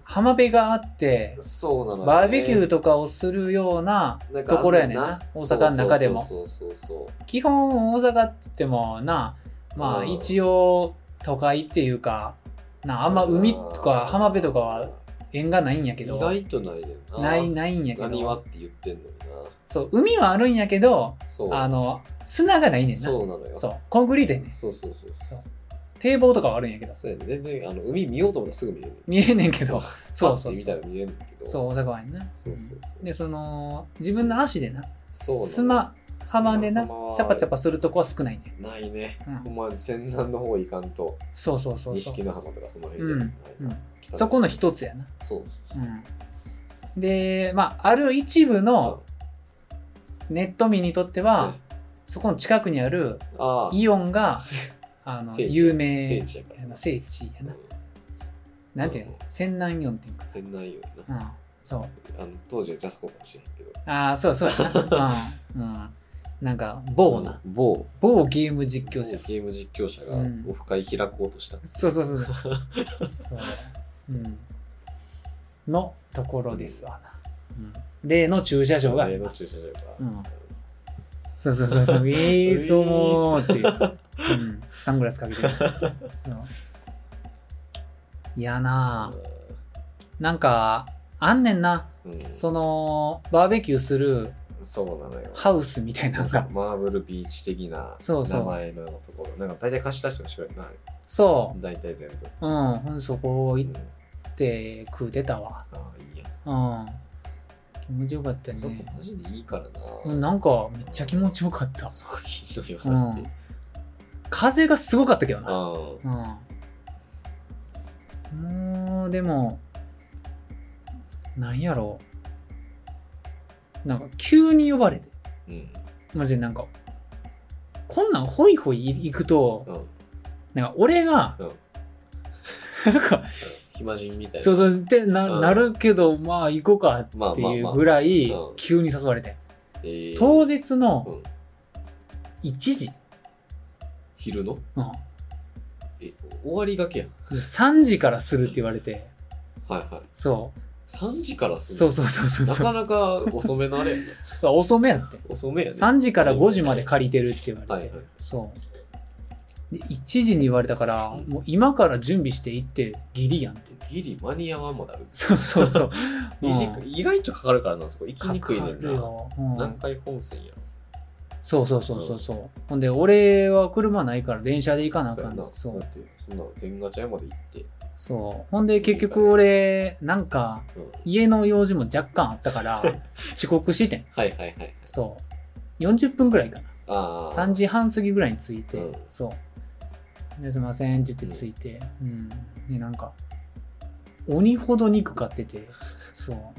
浜辺があって
そうなのよね
バーベキューとかをするような
なんかあ
と
ん
ころやねんな大阪の中でも
そうそうそう
基本大阪って言ってもなま
う
あ
ん
一応都会っていうかなあんま海とか浜辺とかは縁がないんやけど
意外とないねんな
ないないんやけ
何はっ
ど
て言ってんのに
そう海はあるんやけど
なそう
あの砂がないねんな
そうなのよ
そうコンクリートやねん
そうそうそう
そう堤防とかはあるんやけど
そうやね全然あの海見ようと思ったらすぐ見れる
見えんねんけどそ
そうう
そ
そうう
そ
見
う
たら見れるんだけど
そう大阪湾やな
そうそうそう
でその自分の足でな
そうなのよ
砂浜でなチ
砂浜は
ャパチャパするとこは少ないねん
ないね
うん
ほんま泉南の方行かんと
そうそうそうそう
錦の浜とかその辺で
うん
ないな
うんそこ
の
の一つやな
そうそう
うん、でまあある一部のネット民にとっては、
うん
そこの近くにある
ああ
イオンがあの
聖地
有名
聖地やから
あの聖地やな、
うん
なんていうの泉南イオンっていうか、
泉南よ
う、
なん
そう
あの当時はジャスコかもしれんけど
ああそう そうやな、うんうん、なんか某な
某
某ゲーム実況者
ゲーム実況者が
うん
オフ会開こうとした
そう そうそうそうそう、うん、のところですわな、うん、例の駐車場があり
例の
ます
駐車場が
うんそうそう そうそう、ウィースどうもーっていう、うん、サングラスかけてる。そういやなあなんか、あんねんな、
うん
その、バーベキューする
そうなのよ
ハウスみたいなのが。
マーブルビーチ的な
そうそう
名前のところなんか大体貸し出してもしろいな
そ
大体全部
う、うん、ほんそこ行
うん
って食うてたわ。
ああいいや
うん。気持ちよかった
そこ
ね。
マジでいいから
うん
な
なんか、めっちゃ気持ちよかった。
そこひどいよマジで
風がすごかったけどな。
あ
うん。もう、でも、なんやろう。なんか、急に呼ばれて。
うんうん
マジでなんか、こんなんホイホイ行くと、
うん
なんか俺が、なんか、
暇人みたいな
そうそう、ってな
うん
なるけど、まあ行こうかっていうぐらい
まあまあまあうん、
急に誘われて。
えー
当日の
うん
1時、
昼の
うん、
え終わりがけや
3時からするって言われて、
はいはい
そ
3時からす
う、
る
そうそうそうそう
な
そ
か
う、
なか遅めのあれ やね
遅めやって。
遅めやね
3時から5時まで借りてるって言われて、
はいはい
そうで1時に言われたから、
うん
もう今から準備していってギリやんって
ギリ間に合わんまである
そうそう そう
二時間意外とかかるからなそこ行き
か
にくいね
か
ん
る
な
よ、うん
南海本線やろ
そうそうそうそうそう、ほんで俺は車ないから電車で行かなあ
そう
か
や
ん
な
そ
だ
う
ってそんな天下茶屋まで行って、
そうほんで結局俺なんか
うん、
家の用事も若干あったから遅刻してん
はいはいはい
そう40分ぐらいかな
ああ
3時半過ぎぐらいに着いて、
うん
そうで「すいません」って言って着いてうん、でなんか鬼ほど肉買っててそ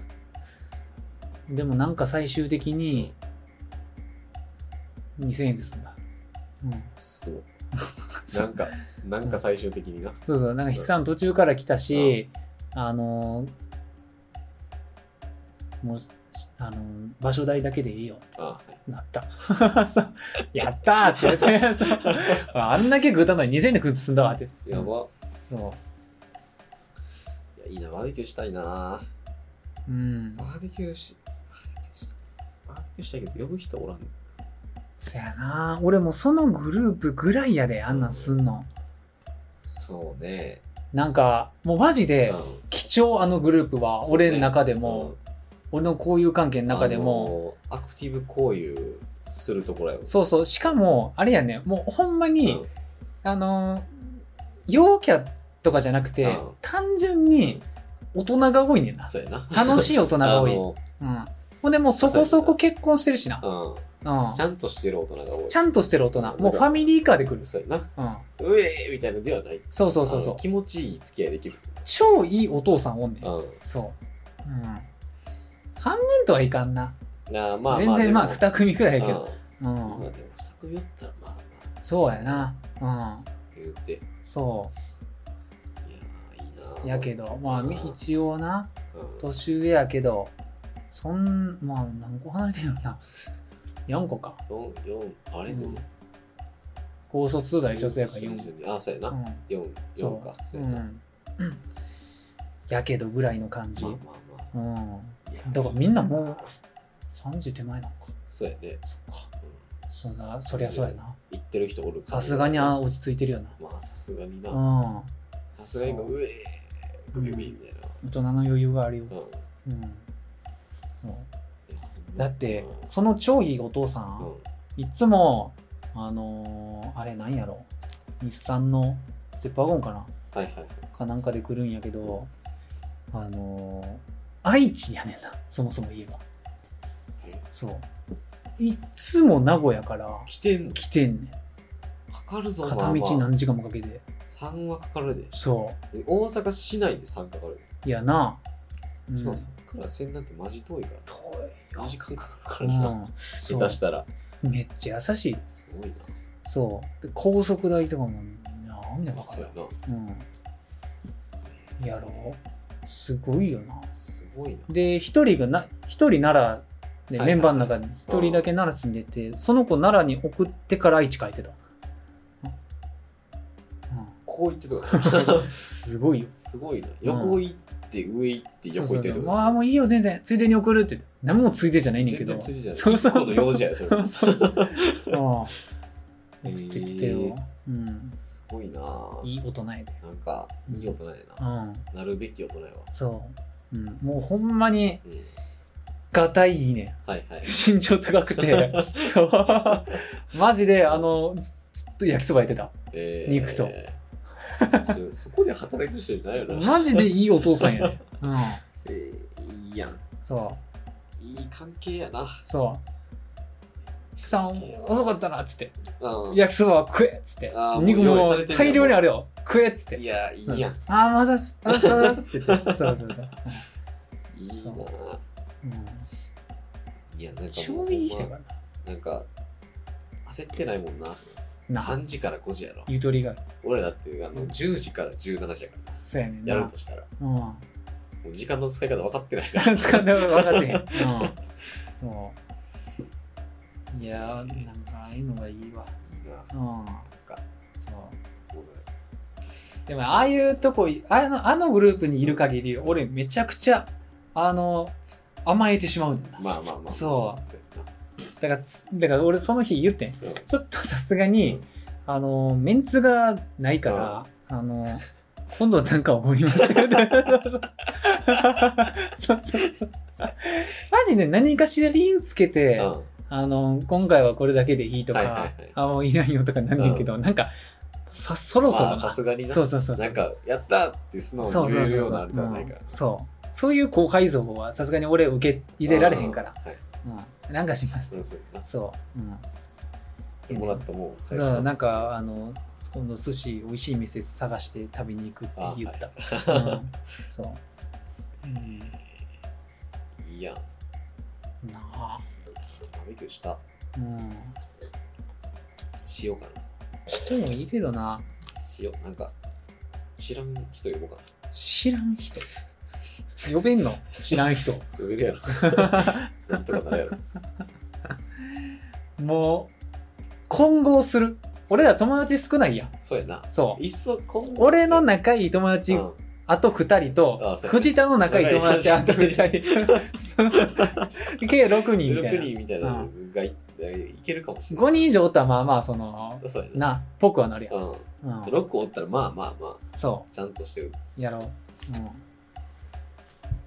うでもなんか最終的に2000円ですんだうん
そうなんかなんか最終的にな、
そうそうなんか筆算途中から来たし、あのーもうあのー場所代だけでいいよ
ああ
なった。 そうやったーって言ってそう、あんだけ食うたのに2000円で食うと済んだわって。
やば、
そ
いやいいなバーベキューしたいな
う。うん
バ。ーベキューしバーベキューしたバーベキューしたいけど呼ぶ人おらん
そやな俺もそのグループぐらいやで、あんなんすんの。
そうね
なんか、もうマジで、
うん
貴重あのグループは、
そうね
俺の中でも、俺の交友関係の中でも、
あのアクティブ交友するところやよ
そうそう、しかも、あれやね、もうほんまに、
うん
あのー、陽キャとかじゃなくて、
うん
単純に大人が多いねんな。
そうやな
楽しい大人が多い。
の
うん。ほんでもうそこそこ結婚してるしな。
う
うん
ん、ち。ゃんとしてる大人が多い
ちゃんとしてる大人。もうファミリーカーで来る。
そうやな
うん。
うえーみたいなのではない
そうそうそうそ
あ
う
の。気持ちいい付き合いできる
超いいお父さんおんねん
う。ん
そう。うん。半分とはいかんな。
なあまあ
全然まあ
二
2組くらいやけど。う
うんま
ん。
あでも二組おったらまあまあ
そうやな。
言うていや
うん。そ
ーいいな
う。やけど、まあみ
うん
一応な、
うん
年上やけど、そん、まあ何個離れてるのな。4個か。
四四あれ、
う
うんん、
高卒と大卒やから4個。
個あそうや
う。
なん四四、か
う
そうやな、
ん。やけどぐらいの感じ。
まあ
う
まあま
ん。
あいや
だからみんなもう30手前なのか。
そうやね
そっか。
うん
そんな、そりゃそうやな。
言ってる人おる
さすがにあ
あ
落ち着いてるよな。
まあさすがにな
うん。
さすがに今
そう
うえーグビグビみたいな
大人の余裕があるよ。
うん
うん。そう
いや
だって
う、ん
その超いいお父さ、
うんん
いつも、あのーあれなんやろ。日産のステップワゴンかな
はいはいはい
かなんかで来るんやけど、あのー愛知やねんな。そもそも言えば。
え
そう。いっつも名古屋から
来てんの
来てんねん。
かかるぞまあ
片道何時間もかけて。
3はかかるで
そ
で大阪市内で3かかる
う。いやな。う
で
ん
しかもそっから線なんてマジ遠いから
遠
4時間かか
い
るから
よ。う
なん下手し
そ
たら
う。めっちゃ優しい。
すごいな
そう。で高速代とかも、なんでかか
そう
る
やな
うん。やろう。すごいよな。
すごいな
で、一人がな、一人奈良で、
はいはい
メンバーの中に一人だけ奈良住んでて、その子奈良に送ってから愛知帰ってた。うんうん
こう行ってとか
すごいよ。
すごいな横行って上行って横行ってと
そうそうそうああ、
か
もういいよ、全然。ついでに送るって。何もついでじゃないねんけ
全
ど。
然ついてじゃない
そうそうそう
一個の用事やそれ
そうそう。 うん送ってきて
へ
よ
え。
うん。
すごいない
い大人やで。
なんかいい大人や
う
な、
ん。
なるべき大人やわ
そう。うん。もうほんまに、
うん
がたいいいね。
はいはい
身長高く て。そう。マジで、あの、ずずっと焼きそばやってた。
えー
肉と
そそこで働いてる人いないよな、
マジでいいお父さんやで。うん。
えーいいやん
そう。
いい関係やな
そう。資産遅かったなっつって
うん
焼きそばは食えっつって
あーもう
肉
用意
も
されてんねや
大量にあるよ食えっつって
いやいいやん
ああ、まざっす、あざっすって言 って。そうそうそう。
いいなぁ
うん、
いやなんかもう
超いい人
ほ
や
ん
か
ま
らな。
なんか焦ってないもんな
な、
3時から5時やろ
ゆとりがある。
俺だってあの10時から17時やからな
そうやねんな。
やるとしたら
うん。
もう時間の使い方分かってないから
掴んで分かってへん。うん。そう。いやー、なんか、ああいうのがいいわ。
いいな
うん。
か
そう。
もう
でも、ああいうとこ、あの、あのグループにいる限り、俺、めちゃくちゃ、あの、甘えてしまうんだな。
まあまあまあ
そう
うや
だからつ、だから俺、その日言ってん。
なうん
ちょっとさすがに、
うん
あのメンツがないから、あの今度なんかおごりますけどそうそうそうマジで何かしら理由つけて、
うん
あの今回はこれだけでいいとか、
はいはいはい
あもういないよとかなんねんけど、なんかさそろそ
ま
ろ
あさすがにな
そうそうそうそう
なんかやったって素
そう
直
そ
に言
う
える
そう
よう
そ
なあ
う
れじゃないから
うんそうそういう後輩像はさすがに俺受け入れられへんから、
あーはい
うん、なんかしま
そう
す
そうや
そう、うん、
なもらったもん
だからなんかあの今度寿司美味しい店探して食べに行くって言った、うん、そう
いいやん
なあ
食べきした
うん
しようかな
してもいいけどな
しようなんか知らん人呼ぼうかな
知らん人呼べんの知らん人
呼べるやろ なんとかなるやろ
もう混合する 俺ら友達少ないやん
そうやな
そう
いっそこん
俺の仲いい友
う
達
ん
あと2人
あ
と
そうや
藤田の仲いい友達あと2人計6人みたい
6
な
人みたいなのがいいけるかもしれない
5人以上おったらまあまあその
そうやな
なぽくはなるやん
う
う
ん
ん、
6おったらまあまあまあ
そ
ちゃんとしてる
うやろう、うん、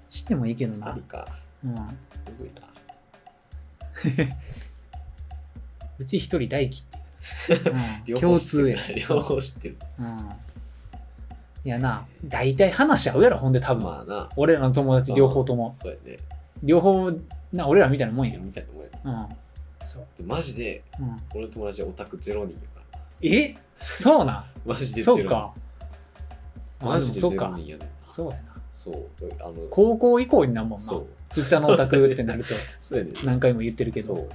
してもいいけど
2
な
人、か
うん、
むずいな
うち一人大輝って いう、うん、
方
共
知って
通
る
や、
両方知ってる
うん、いやな大体話し合うやろほんで多分、
まあな
俺らの友達両方とも
そうやね
両方な俺らみたいなもんやろ、
みたいなもんや
うんそう
でマジで
うん、
俺の友達はオタクゼロ人やから
えそうなん
マジでゼロ
そう
人
かあ
マジで
もそ
ゼ
う
ロ
か
人やねん
そうやな
そうあの
高校以降になんもんな
そう
藤田のオタクってな ると
そうやねん
何回も言ってるけ
そ
ど
う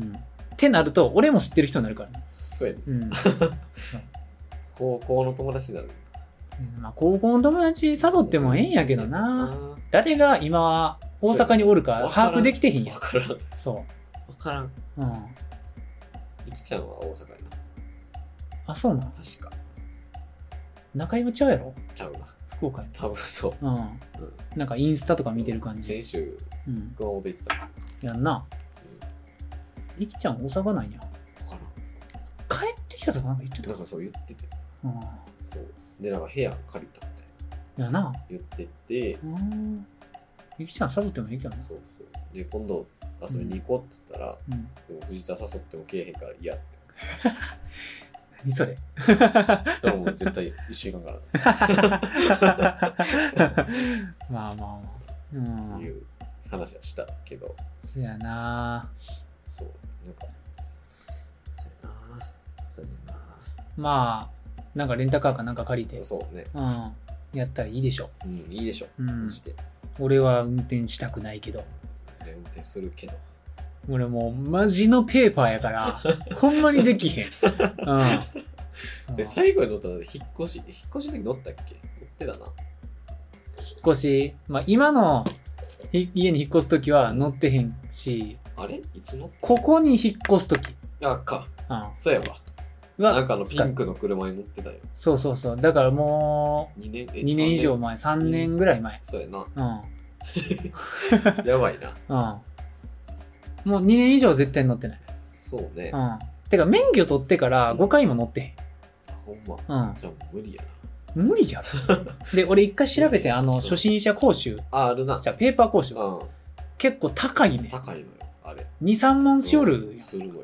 うん、ってなると俺も知ってる人になるからね、
そうやねん
うん
高校の友達になる
まあ、高校の友達誘ってもええんやけどな誰が今大阪におるか把握できてへん
分
やん
からん分
そ
からん
う、うん、
いきちゃんは大阪やな
あそうなん
確か
中居はちゃうやろ
ちゃうな
福岡や
多分そう
なうんなんかインスタとか見てる感じ
先週
うん
熊本行ってたから
やんなりきちゃん大阪なんや
分から
帰ってきたとかなんか言って
ん
た
なんかそう言ってて
う
そうでなんか部屋借りたみたいな
や
ん
な
言ってて
うんりきちゃん誘ってもいいけどな
そうそうで今度遊びに行こうって言ったら、
うん
でも藤田誘ってもけえへんから嫌って
何 それ
だからもう絶対一週間からです
まあまあまあ。う
ってい
ん。
う話はしたけど
そやな。
そうなんかそうやなそうや
まあ、なんかレンタカーかなんか借りて
な、そうね
うん。やったらいいでしょ。
うんいいでしょ
う。
うんして
俺は運転したくないけど。
全運転するけど
俺もうマジのペーパーやから、ほんまにでき へん。うん。
で
そう
最後に乗ったのは引っ越し引っ越しの時乗ったっけ乗ってたな
引っ越し、まあ今のひ家に引っ越すときは乗ってへんし、
あれいつ乗った
ここに引っ越すとき、
あか
うん
そうやわ
は
なんかあのピンクの車に乗ってたよ
そうそうそう。だからもう、
2年え
2
三
年以上前、3年ぐらい前。
そうやな
うん。
やばいな
うん。もう2年以上絶対乗ってない。
そうね
うん。てか、免許取ってから5回も乗って
ほんま
へん。うん。
じゃあもう無理やな
無理 やろ。で、俺一回調べて、あの、初心者講習、
ああるな
じゃあペーパー講習、
うん
結構高いね。
高いのよあれ
2、3万しおる
うん
やん。
するのよ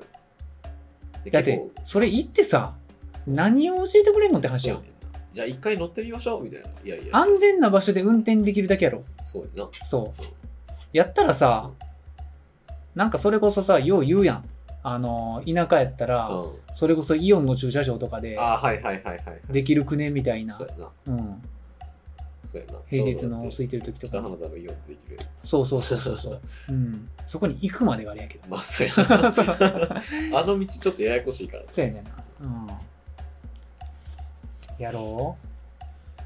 で
だって
結構、
それ行ってさ、
そう
何を教えてくれんのって話
そう
や
や
ん
ね。んなじゃあ一回乗ってみましょうみたいないやいや
安全な場所で運転できるだけやろ。
そうやな
そう。やったらさ、なんかそれこそさ、よう言うやん。あの、田舎やったら、
うん
それこそイオンの駐車場とかで、
あーはいはいはいはいはい
できるくねみたいな
そ。うやな
うん。
そうやな
平日の空
スイッ
いてる時と
北
か
花田のイオンでできる
そうそうそうそう そう、うん、そこに行くまでがあれやけ
まあそうや
ど
な
そう
あの道ちょっとややこしいから
そうやねんな、うん、やろ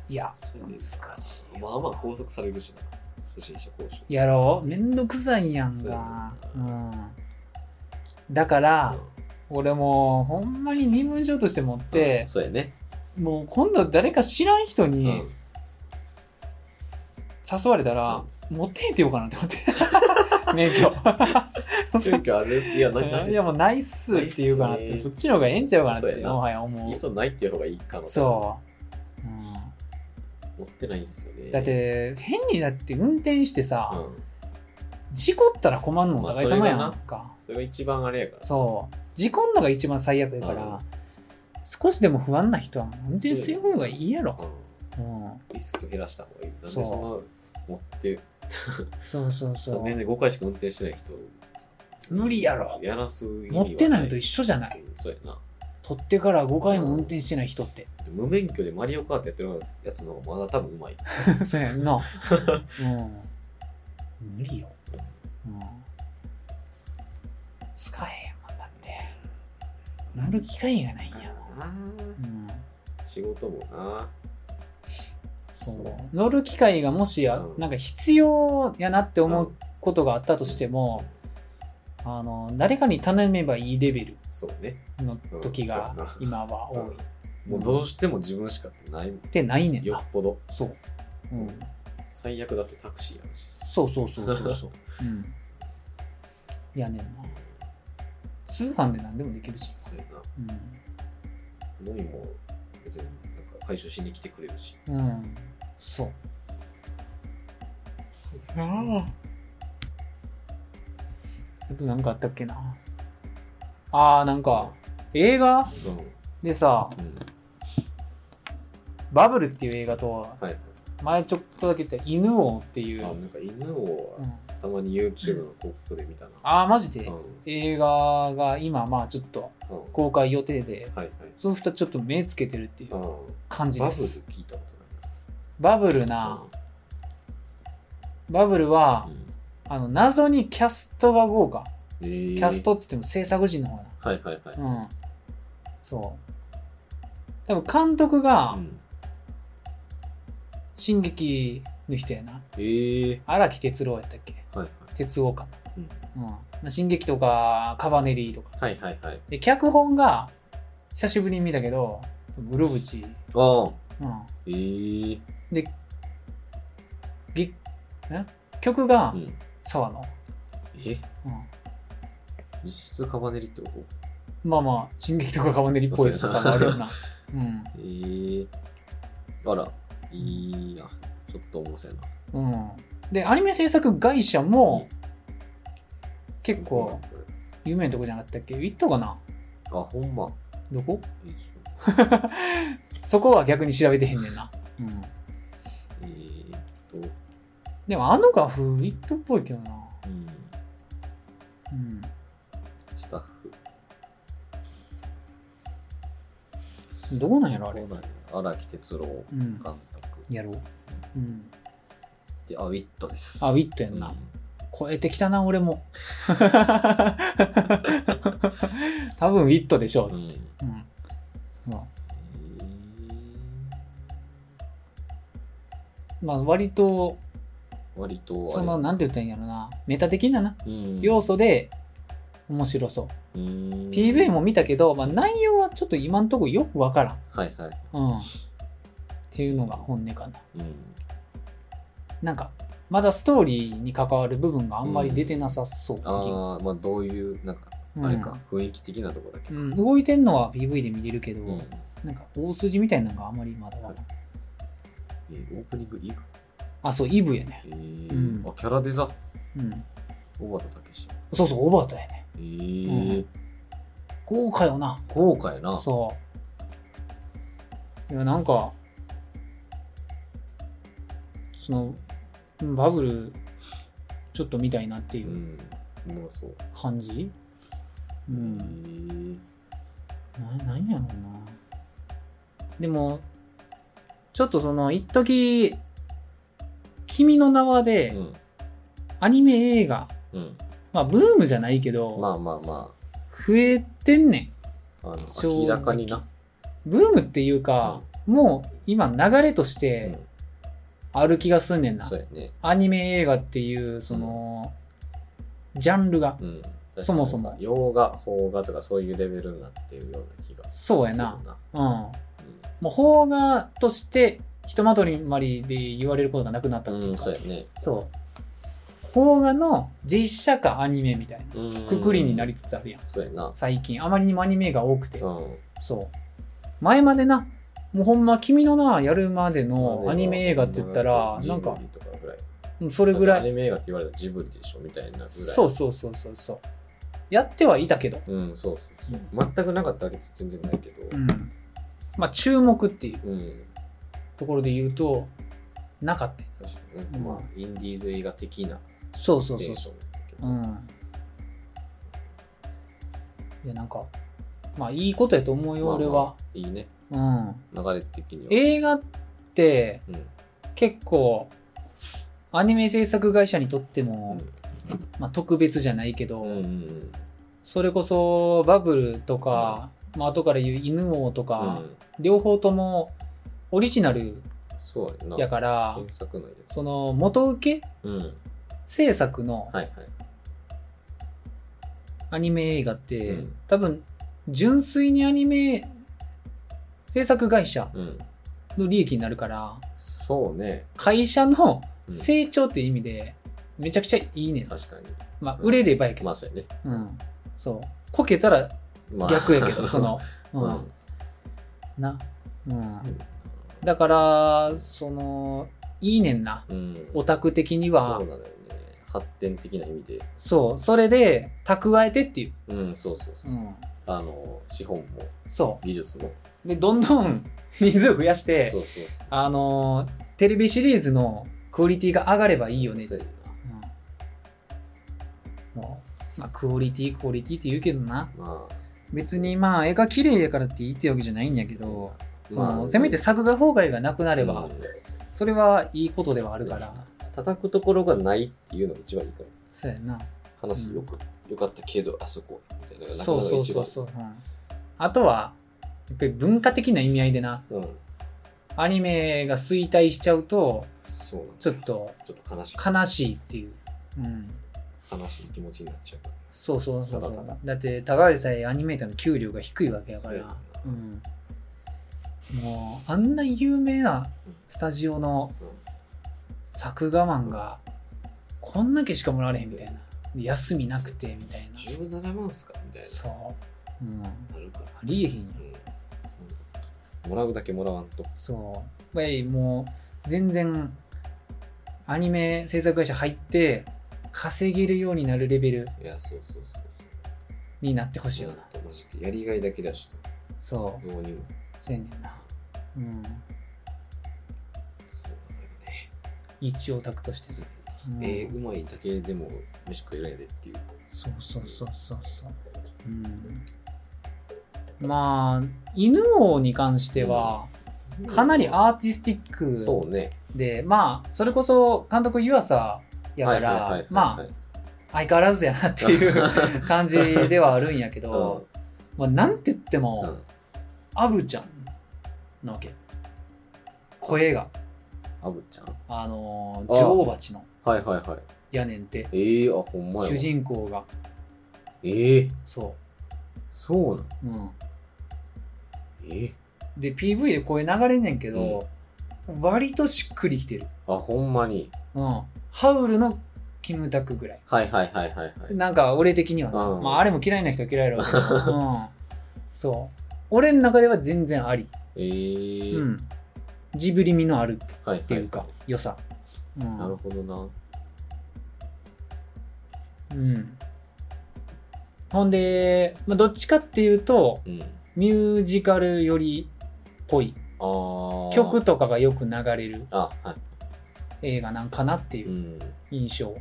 ういや
そうやねん
難しい
まあまあ拘束されるしな初心者講習
やろうめんどくさいやん
そうやね
か
んな
うんだから、俺もうほんまに身分証として持っ
うん
て、
そうやね
もう今度誰か知らん人
う
に
ん
誘われたら、持ってへんってようかなって思って 免許
選挙あるやついやないな い
いやもうナイスって言うかなっ
ナイス
て
ね
そっちの方がええんちゃうかなっ
そう
て
やな
もはや思
いうっそないっていう方がいいかな
そう、う
持ってないんすよね
ん、だって変にだって運転してさ、
う
事故ったら困るの
ま
お
あ
互い様や
それが
ん
な
か。
それが一番あれやから。
そう。事故んのが一番最悪やか
うん
ら、少しでも不安な人は運転せん方がいいやろ。
う
うん。
んリスク減らした方がいい。なんでそ
そうん
な持って、
そうそうそ
年
う。
で5回しか運転してない人、
無理やろ。
やらす意味
持
は
ってないのと一緒じゃない。
うんそうやな。
取ってから5回も運転してない人って。
無免許でマリオカートやってるやつの方がまだ多分うまい。
そうやんな。 うん。無理よ。うん。使えへんもんだって。なる機会がないんやもん。
な
うん
あ仕事もな。
そう乗る機会がもしや
うん
なんか必要やなって思うことがあったとしても、あの誰かに頼めばいいレベル
そうね。
の時が
うんそうやな
今は多い、
もうどうしても自分しかってないもん。
でないねん
よ
な
っぽど。
そう、うん、
最悪だってタクシーやるし。
そうそうそうそうそう、うん、いやねんな通販で何でもできるし、
そうやな。
うん
飲みも別になんか回収しに来てくれるし。
うん、そう。ああとなんかあったっけな。ああ、なんか映画
うん。
でさ、
うん。
バブルっていう映画と、
はい。
前ちょっとだけ言った犬王ってい
あ、
う。
なんか犬を
うん
たまに YouTube の広告で見たな。
ああ、マジ
うん。
で
うん。
映画が今、まあちょっと
は
公開予定で、
いはい。
その2つちょっと目つけてるってい
うん
う。感じ
バ
で
ブル
す。
聞いたことない
バブル
な。
な、バブルは、
うん
あの謎にキャストが豪華。
えー
キャストっつっても制作陣の方や
はいはいはい。
な。うん。そう。多分監督が
うん
進撃の人やな。
ええ。
荒木哲郎やったっけ
はいはい。
哲夫か。
うん
うん。まあ進撃とか、カバネリーとか。
はいはいはい。
で、脚本が、久しぶりに見たけど、ウルブチ。
ああ。
うん。
ええ。
で、ぎ、え曲が
うん。
沢野。
え
うん。
実質カバネリってこと
まあまあ、進撃とかカバネリっぽいやつ
そう
さ
やな
ある よな。うん。
えー、あら、いいや、ちょっと重さやな。
うん、でアニメ制作会社も結構
これ。
有名なとこじゃなかったっけ行ったかな
あ、ほんま。
どこ
いいっしょ
そこは逆に調べてへんねんな、うん、
えー、っと、
でもあの画風イットっぽいけどな、
うん、
うん、
スタッフ。
どうなんやろあれ
どうなんや荒木哲郎
う
監
ん
督。
やろう、うん、
で、あ、ウィットです。
あウィットやんな
うん
超えてきたな俺 も多分ウィットでしょ
う
う、
ん。
つってうん、そ
え
うまあ割と
ー、割とあれ、
そのなんて言ったらいいんやろなメタ的なな
うん、
要素で面白そう
うん
PV も見たけど、まあ、内容はちょっと今んとこよくわからん、
はいはい。
うん。っていうのが本音かな。
うん。
なんか、まだストーリーに関わる部分があんまり出てなさそうな気が
ああ、まあ、どういう、なんか、
する
あれか、雰囲気的なとこだけ
う
か。
ん。うん動いてんのは PV で見れるけど、
うん
なんか大筋みたいなのがあんまりまだわからん。
えーオープニングいいか。
あ、そう、イブやね
え。ー
うん
あ、キャラデザ。
うん。
小畑武史。
そうそう、オバタやね。
ええ
うん豪華よな。
豪華やな。
そう。いや、なんか、その、バブル、ちょっと見たいなっていうう。
ん。おもろそう。
感じうんななんやろうなでもちょっとその一時君の名は
え
で
うん。
アニメ映画、
うん。
まあブームじゃないけど、
まあまあま
増えてんね
あ、あの
正直
明らかにな。
んブームっていうか、もう今流れとし
う
て
ん。
ある気がすんねんな、
そうやね。
アニメ映画っていうその、ジャンルが
うん。
そもそも
洋画、邦画とかそういうレベルになってるような気が
そうやな
する
うん
うん
もう邦画としてひとまとまりで言われることがなくなったっていうか、
うん、そうやね。
そう邦画の実写化アニメみたいな
うん
くくりになりつつあるやん
そうやな。
最近あまりにもアニメが多くて、
うん。
そう前までなもうほんま「君の名は」やるまでのアニメ映画って言ったらなんか
ジブリとかぐらい。
うんそれぐら
アニ
い
メ映画って言われたらジブリでしょみたいなぐらい。
そうそうそうそうそうやってはいたけど、
う。ん、そうそうそう。全くなかったわけじゃ全然ないけど
う。ん、まあ注目っていう
うん。
ところで言うとなかった
確かにね。
うん
まあ、インディーズ映画的な
そうそう
テ
そう
ン
そ
ションだけ
う
ど。
うんいやなんかまあいいことやと思うよ、
まあま
俺
あ
は、
いいね。
うん、
流れ的には。
映画って
うん。
結構アニメ制作会社にとっても、まあ、特別じゃないけど、
うん。うんうん。
それこそバブルとか、まあ後から言う犬王と
う
か、
ん。
両方ともオリジナル
そうやな。
やから、
原作のやつ。
その元請け
うん。はい
制作の
はい。
アニメ映画って、
うん
多分純粋にアニメ制作会社
うん。
の利益になるから
そうね。
会社の
うん
成長っていう意味でめちゃくちゃいいねん、
確かに。
まあ売れればやけど、
まあ、そうやね。
うん、そうこけたら
まあ
逆やけどそ。の、う
うんん。
な、うん、だからそのいいねんな
うん。
オタク的には
そうなのよね。発展的な意味で。
そうそれで蓄えてっていう、
うん、そうそうそう。
うん、
あの、資本も
そ
技術も。
うでどんどん 人数増やして
そうそう。
あのーテレビシリーズのクオリティが上がればいいよね
そうや
うんそうまあ、クオリティクオリティって言うけどな
なまあ、
別にまあ絵が綺麗やからっていいってわけじゃないんやけど、その
まあ
せめて作画崩壊がなくなれば、
うん
それはいいことではあるから、
叩くところがないっていうのが一番いいから。
そうやな
話よく、よかったけど、あそこ、みたいなのがなか
そ
な
う
か
そう
一
そう
番
そう、うんあとはやっぱり文化的な意味合いでな
うん。
アニメが衰退しちゃうと
そうなんだ
ちょっと
ちょっと悲しい。
悲しいっていう、うん、
悲しい気持ちになっちゃうから。
そうそうそうそ
た
う
だただ
だって高橋さえアニメーターの給料が低いわけやから
そうや
う、ん、もうあんな有名なスタジオの作画マンがこんだけしかもらわれへんみたいなで休みなくてみたいな
うん、17万っすかみたい
そう、うん、あ
な。なるから。
りえへんやん
うん。もらうだけもらわんと。
そう。やっぱりもう、全然、アニメ制作会社入って、稼げるようになるレベル
いや、そうそうそう
になってほしい
そう。
よ
なん
な。
とマジでやりがいだけだし、
そう。
どうにも。
そうやねんな。うん。
そうなんだよね。
一オタクとして。うん
えーうまいだけでも飯食えるんやでっていう。
そうそうそうそうそう。うん。まあ、犬王に関しては、かなりアーティスティック
そうね。
で、まあ、それこそ監督湯浅やか
はいはいはいはい
ら
はい、
まあ、相変わらずやなっていう感じではあるんやけ
う
ど、まあ、なんて言っても、
んうん。
アブちゃんなわけ声が
アブちゃん
あのー
あ
女王蜂の
はいはいはい。
やねんて
ええー、あ、ほんまやわ。
主人公が
ええー、
そ
そうなん。
う、うん、
ええ
で PV で声流れんねんけど、割としっくりきてる、
あ、ほんまに。
うん、ハウルのキムタクぐらい
はいはいはいはいはい。
なんか俺的にはな、
うん
まあ、あれも嫌いな人は嫌いだ ろうけど、うん、そう俺の中では全然あり、
ええー
うん、ジブリ味のある
はいはい。っ
っていうか、良さ、うん、
なるほどな。
うん。ほんで、まあ、どっちかっていうと、
うん。
ミュージカルよりっぽい。
ああ。
曲とかがよく流れる
あ、は
映画なんかなって
い。。
いううん
なる
印象。
ほ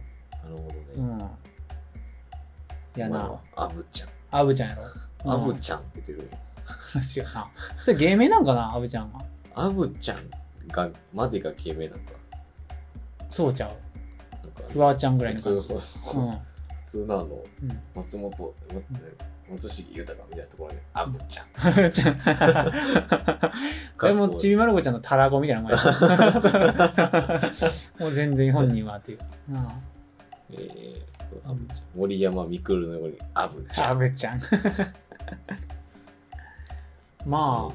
どね。
うん。や
ほんま
な。
やわ。アブちゃん。
アブちゃんやろ。
アブ
ち
ちゃんって出てる。
ゃん。違うな。それ芸名なんかな、アブちゃんは。
アブちゃんが、までが決めなんか。
そうちゃう。
なんか
フワちゃんぐらいの
そ
感
う
じ。
そう
う
そう。
ん。
普通のあの、
うん。
松本、松重豊みたいなところに、アブちゃん。
アブちゃん。 それもちびまる子ちゃんのたらこみたいなもんやもう全然本人はっていう。うん。
えー、アブちゃん。森山みくるのように、アブちゃ
ア
ん。
ブちゃん。 ま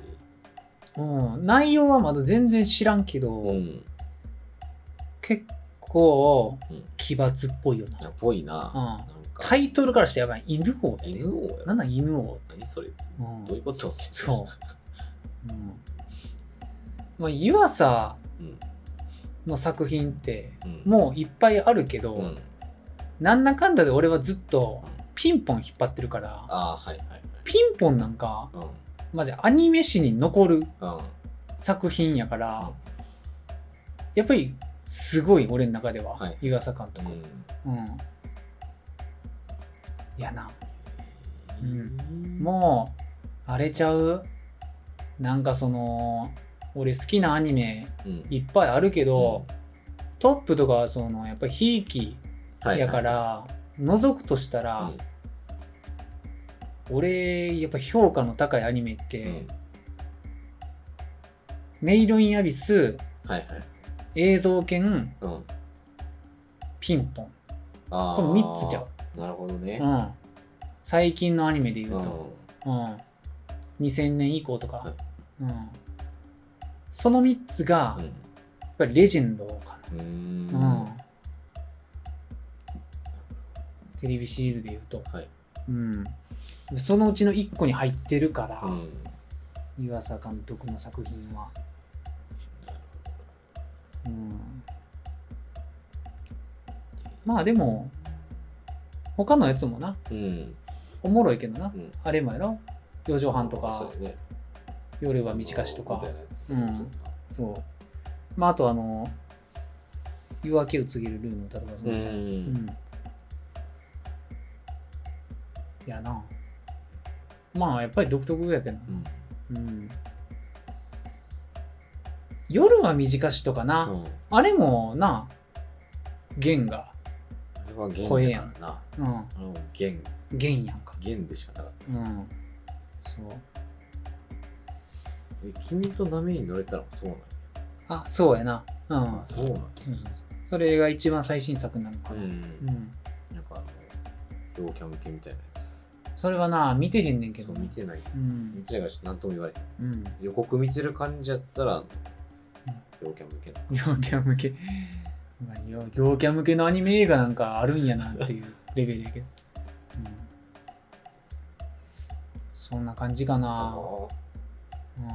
あ、うん、内容はまだ全然知らんけど、
あうん。
結構
うん、
奇抜っぽいよな。
っぽい
うん
な。なんか、
タイトルからしてやばい。犬王やで
犬王や
な
ろ
ん。なん犬王
何それ
うん
どういうことって。
そう。うん。まあ、湯浅
うん。
の作品って
うん
もういっぱいあるけど、
うん
なんだかんだで俺はずっとピンポン引っ張ってるから
ああはいはいはい
ピンポンなんか
うん
マジアニメ史に残る
うん
作品やからやっぱりすごい俺の中では、
はい
湯浅監
う
督、
ん
うん、やなもうあれちゃうなんかその俺好きなアニメ
うん、うん
いっぱいあるけど、トップとかはそのやっぱりひいき
はい
やから、覗くとしたら、
うん
俺やっぱ評価の高いアニメって、
うん
メイドインアビス
はいはい
映像犬
うん
ピンポン
あ
この3つちゃう、
うなるほどね
うん、最近のアニメで言
うん
うと、うん、2000年以降とか、
はい
うん、その3つが
うん
やっぱりレジェンドか
うーん
な、うんテレビシリーズで言うと、
はい
うん、そのうちの1個に入ってるから、
うん
湯浅監督の作品は。うん、まあでも他のやつもな
うん
おもろいけどな、
うん
あれもやろ四畳半と
そ
か
うだね
夜は短しとか
みたいなやつ
うんそうまああとあの夜明けを告げるルーの歌とかそうの
ん
うんいやなまあやっぱり独特やけどな
うん
うん夜は短しとかな、
うん
あれもな弦が
あれは弦
声
だ
や
か
ん
らな
うん
あの弦
弦やんか
弦でしかなかっ
うんそう
たえ君と波に乗れたらそうな
あそうやなうん、
のそうなの
そうそうそうそれが一番最新作になるのか
う
な、
ん
うん
なんかあの陽キャ向けみたいなやつ
それはな見てへんねんけ
そ
ど
う
な
見てない
うん
見てないから何とも言われへん
うん
予告見てる感じやったら陽キャ向けな
陽キャ向けまあ陽陽キャ向けのアニメ映画なんかあるんやなっていうレベルやけど、うん、そんな感じかなうん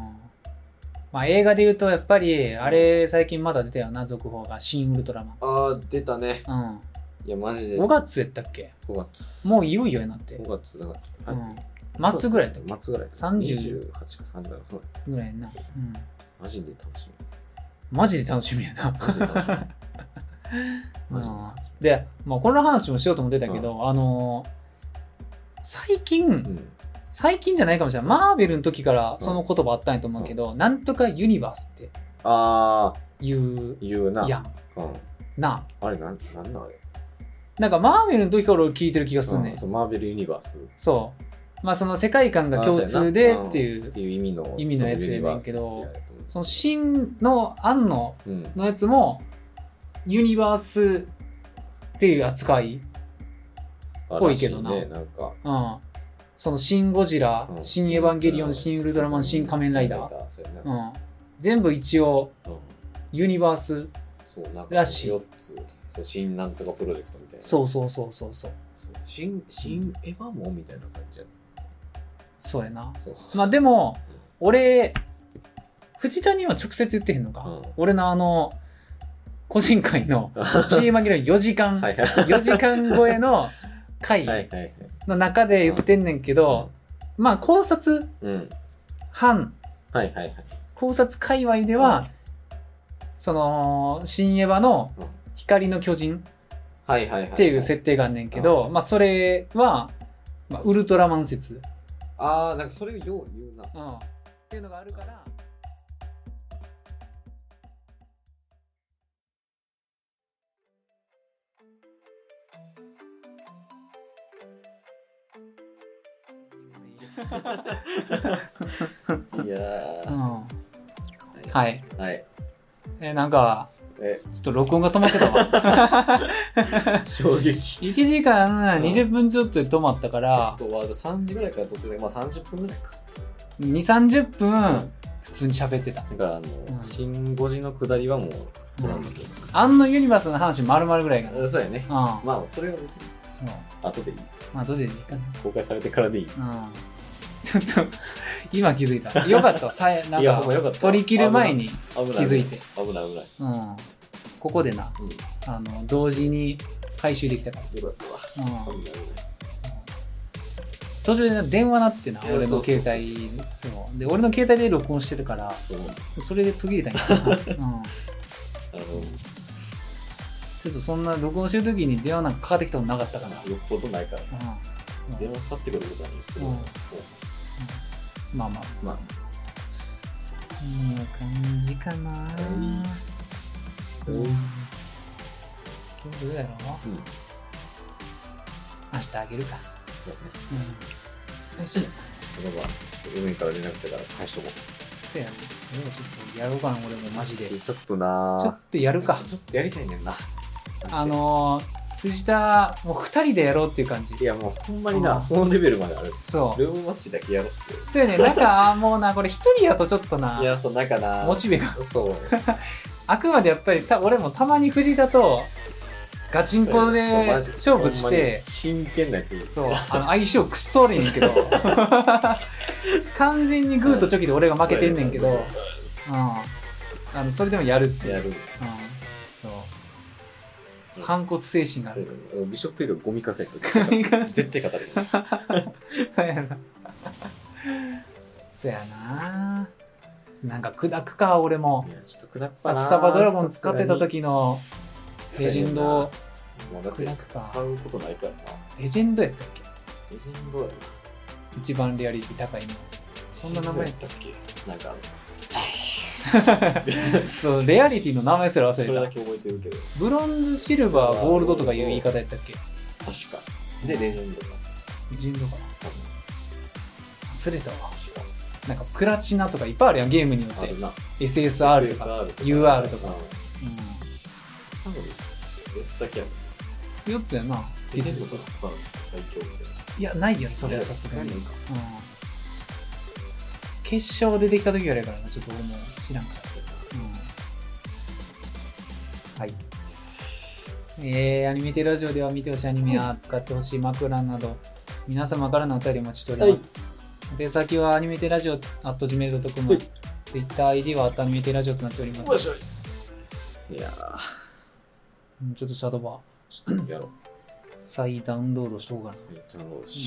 まあ、映画で言うとやっぱりあれ最近まだ出たよな続報が「シン・ウルトラマ
あー出たね
ン」
いやマジ
う
で
ん、5月やったっけ
5月
もういよいよやなって、
5月だから、
う
はい
ん、末ぐらいやったっけ
末ぐらい
30
28か30かそうだ
ぐらいやんな、うん、
マジで楽しみ
マジで楽しみやな
マジで楽し み マジで楽しみ
で、まあ、この話もしようと思ってたけど、あのー最近、
うん
最近じゃないかもしれないマーベルの時からその言葉あったんやと思うけど、なんとかユニバースって
ああ
いう
言うな
やん
うん、
な
あれなんなんなんあれ
なんかマーベルの時から俺聞いてる気がすんね
うんんそうマーベルユニバース
そう。まあその世界観が共通で
あそうやな
ってい
んっ
う、
ていう意味の
意味のやつやねんけど
ユニバースってやつやと思う
その真の庵野
うん
のやつも、ユニバースっていう扱い。
あ
ぽいけどな
らしいねなんか
うん。その新ゴジラ、
うん
新エヴァンゲリオン、新ウルトラマン、新仮面ライダー。
ーそうやな
うん。全部一応、
うん
ユニバース。
そうなんから
しい
4つそう新なんとかプロジェクトみたいな
そうそうそうそうそう。
そう新新エヴァもみたいな感じや
そうやな。
そう
まあでも、俺、藤田には直接言ってへんのか。
うん
俺のあの、個人会 の CM 紛れの4時間。
はいはい
4時間超え の
は
回
いはいはい
の中で言ってんねんけど、まあ考察
うん
班
はいはいはい
考察界隈では、その新エヴァの
うん
光の巨人
はいはいはい
っていう設定があんねんけど、まあそれは、まあ、ウルトラマン説、
ああなんかそれをよう言うな
うんっていうのがあるから。
いやー
うん、
い
はい、
はい
えなんか
え
ちょっと録音が止まってた わ
衝撃
1時間20分ちょっとで止まったか
あ
ら
とは3時ぐらいから撮ってたまあ30分ぐらいか
2 3 0分普通に喋ってた
だからあの、
ん
新五時の下りはもう撮らんだけど、
あんのユニバースの話まるまるぐらいかな。
あそうやね
うん。
まあそれは別に
そう。
後でいい
まあ、どれでいいか
公開されてからでいい
な。うん。ちょっと、今気づいた。よかった。さえ、なん
いやほんま
か、
よかった
取り切る前に
危ない
気づいて。
危ない危ない
うん。ここでな
うん。よ
あの同時に回収できたから、
かったわ。
うん
こんなのね
途中でな電話なってない
や
俺の携
そう
帯
そうそう
そうで俺の携帯で録音してるから
そう。
それで途切れたんやけどな、うん、
あの、
ちょっとそんな録音してる時に電話なんかかかってきたことなかったから、
よっぽどないから。
うんそう
電話かかってくることはね、よっぽどないそうそう。
うんまあまあ
まあ、
こんな感じかな、
い
うん今日どうやろう
うん。
明日あげるか、
そうだね。
うん、よし
この場、海から連絡来たから返しとこう。
そやなそれをちょっとやろうかな俺もマジでち
ちょっとな
ょ
ぁ
っ。とやるか
ちょっとやりたいねんな。
あ、のー、藤田もう2人でやろうっていう感じ
いやもうほんまに
う
な、
ん
そのレベルまである。
そう
ルームマッチだけやろうっていう。
そうやねなんかもうなこれ1人やとちょっとない
や、そう、なんかな
モチベが
そう。
あくまでやっぱりた俺もたまに藤田とガチンコで
そうマジ
勝負し
ほんま
て
に真剣なやつです。
そうあの相性くっそ悪いねんけ ど完全にグーとチョキで俺が負けてんねんけど、、
そううん
あのそれでもやるっていう、
や
うん、
る。
そう反骨精神があ
そう
る
やなビショップリーがゴミ稼ぐ。
ミ稼ぎ
絶対語る。
そうやな。 そやな。なんか砕くか、俺も
い。や、ちょっと砕く か
さ
な。
スタバドラゴン使ってた時のレジェンド、
もうだって
砕くか
使うことないからな。
レジェンドやったっけ
レジェンドやな。
一番レアリティ高いの。そんな名前
レジェンドやったっけなんかあの、
そうレアリティの名前すら
それ
忘
だ
れた。
け覚えてるけど、
ブロンズ、シルバー、ゴールドとかいう言い方やったっけ
確か。で、レジェンドが。
レジェンドかな。
多分
忘れたわ。
確か。
なんかプラチナとかいっぱいあるやん、ゲームによっ
あ
て
る。な。
SSR とか。
SSR と
UR とかう
多分、4つだけやもん。
ん。4つやな。
レジェンドとか多分最強みたいな。
いや、ないよね、それはさすがに
いや。か。
うん決勝出てきた時ぐらいからなちょっと俺も知らんから、はいえー、アニメテラジオでは見てほしいアニメや使ってほしい枕など皆様からのお便りをお待ちしております、で先はアニメテラジオ at gmail.com、
はい
TwitterID はアニメテラジオとなっておりま
よい
す
しょいやー、
うんちょっとシャドーバー
ちょっとやろう。
再ダウンロードしとこうかな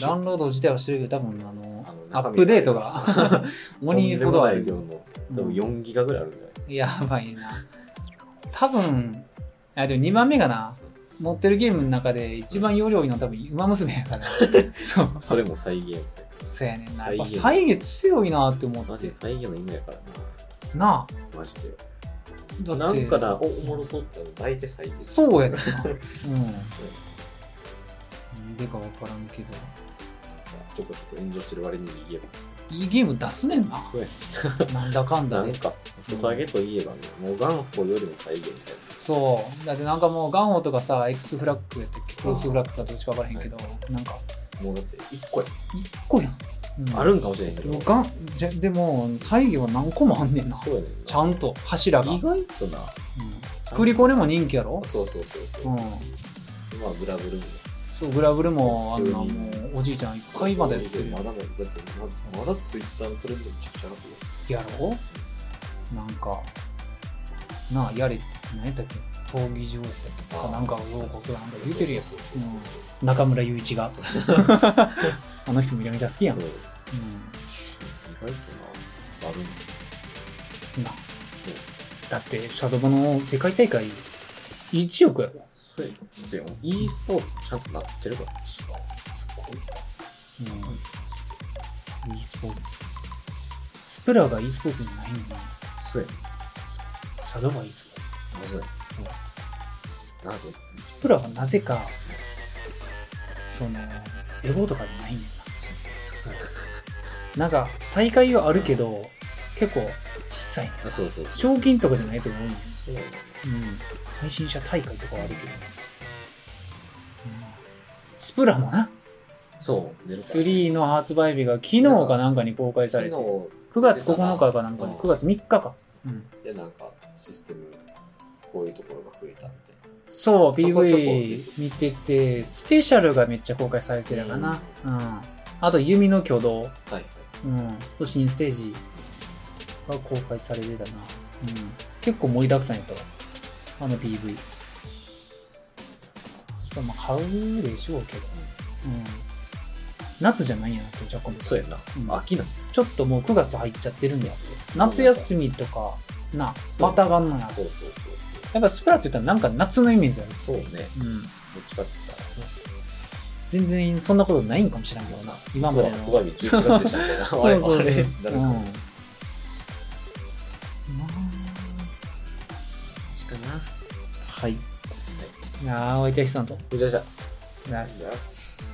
ダ
ダ
ウンロード自体はしてるけど多分あの
あの
アップデートが 鬼ほどある
でも4ギガぐらいあるんじゃない
やばいな。多分、あでも2番目がな、持ってるゲームの中で一番容量多いのは多分、ウマ娘やから。そう、
それも再現さ
そうやねんな。や
再
っ
現
ぱ歳月強いなって思
マ
っ
ジ
て
で。再現の意味やから
な
な。マジで。
あ。だ
な
って、
んかな、おおもろそうっての大体再現。
そうやねん な。うん。なんでかわからんけど。
ちょこちょこ炎上してる割にいいゲームです。
いいゲーム出すねんな。
そうや
なんだかんだ
な
で、
んか、注げといえばね、もう元宝よりも再現みたい
そう。だってなんかもう、ガンホとかさ、X フラッグやったっけクロスフラッグかどっちかわからへんけど、なんか、
な。もうだって、1個や
1個やん。うん
あるんかもしれへんけど。
がんじゃでも再現は何個もあんねんな
そうやねんな。
ちゃんと柱が、う
意
ん、
外とな。
クリコでも人気やろ、
そうそうそうそうう。
ん、
まあ、ブラブルも。
そうグラブルもあんなも
普通に
うおじいちゃんいっぱいまだやってる
ま
や
だもだってまだまだツイッターのトレンドめちゃくちゃ上がってる
ろなんかなあやれ何やったっけ闘技場やったっけ
あ
か
ー
なんかよう僕なんか言うてるやん
そうそう
うん中村雄一があの人もやめた好きやん、う
そ
ん
う意外となあるんだ
なだってシャドバの世界大会1億やろ
そうやでも e スポーツちゃんとなってるからすごい
うん、e スポーツ。スプラが e スポーツじゃないんだな。
そうや
シャドウが e スポーツ。
なぜなぜ
スプラはなぜか、その、エゴとかじゃないねんだな。なんか、大会はあるけど、結構小さいね。
あそうそう
賞金とかじゃないやつが多いねん。
そうやな
うん。配信者大会とかはあるけど。うんスプラもな、
そう出るから
3の発売日が昨日かなんかに公開されて、
昨
9月9日かなんかに、
うん
9月3日か。うん
日でなんかシステムこういうところが増えたみたいな
そう、
ちょこちょこ
PV 見てて、スペシャルがめっちゃ公開されてるかな。うん。あと、弓の挙動。
はいはい
うん。と、新ステージが公開されてたな。うん。結構盛りだくさんやったわ。あの PV しかも買うでしょうけど、うん、夏じゃないやなってジャコも
そうやな、
うん
秋なん
ちょっともう9月入っちゃってるんだよ夏休みとかなまた上がんのや
そうそう
やっぱスプラって言ったらなんか夏のイメージある、
そうそうそうね
うん、
どっちかって言ったらそう
全然そんなことないんかもしれんけどな今までの
発売日11月でしたみたいな
そうそうそう。
あれあれ
うん。
な
ま
るほ
あ、
ど確かな
はい。なあ、おいてひさんと。ありがとう
じゃあじゃあ
ございます。
Yes.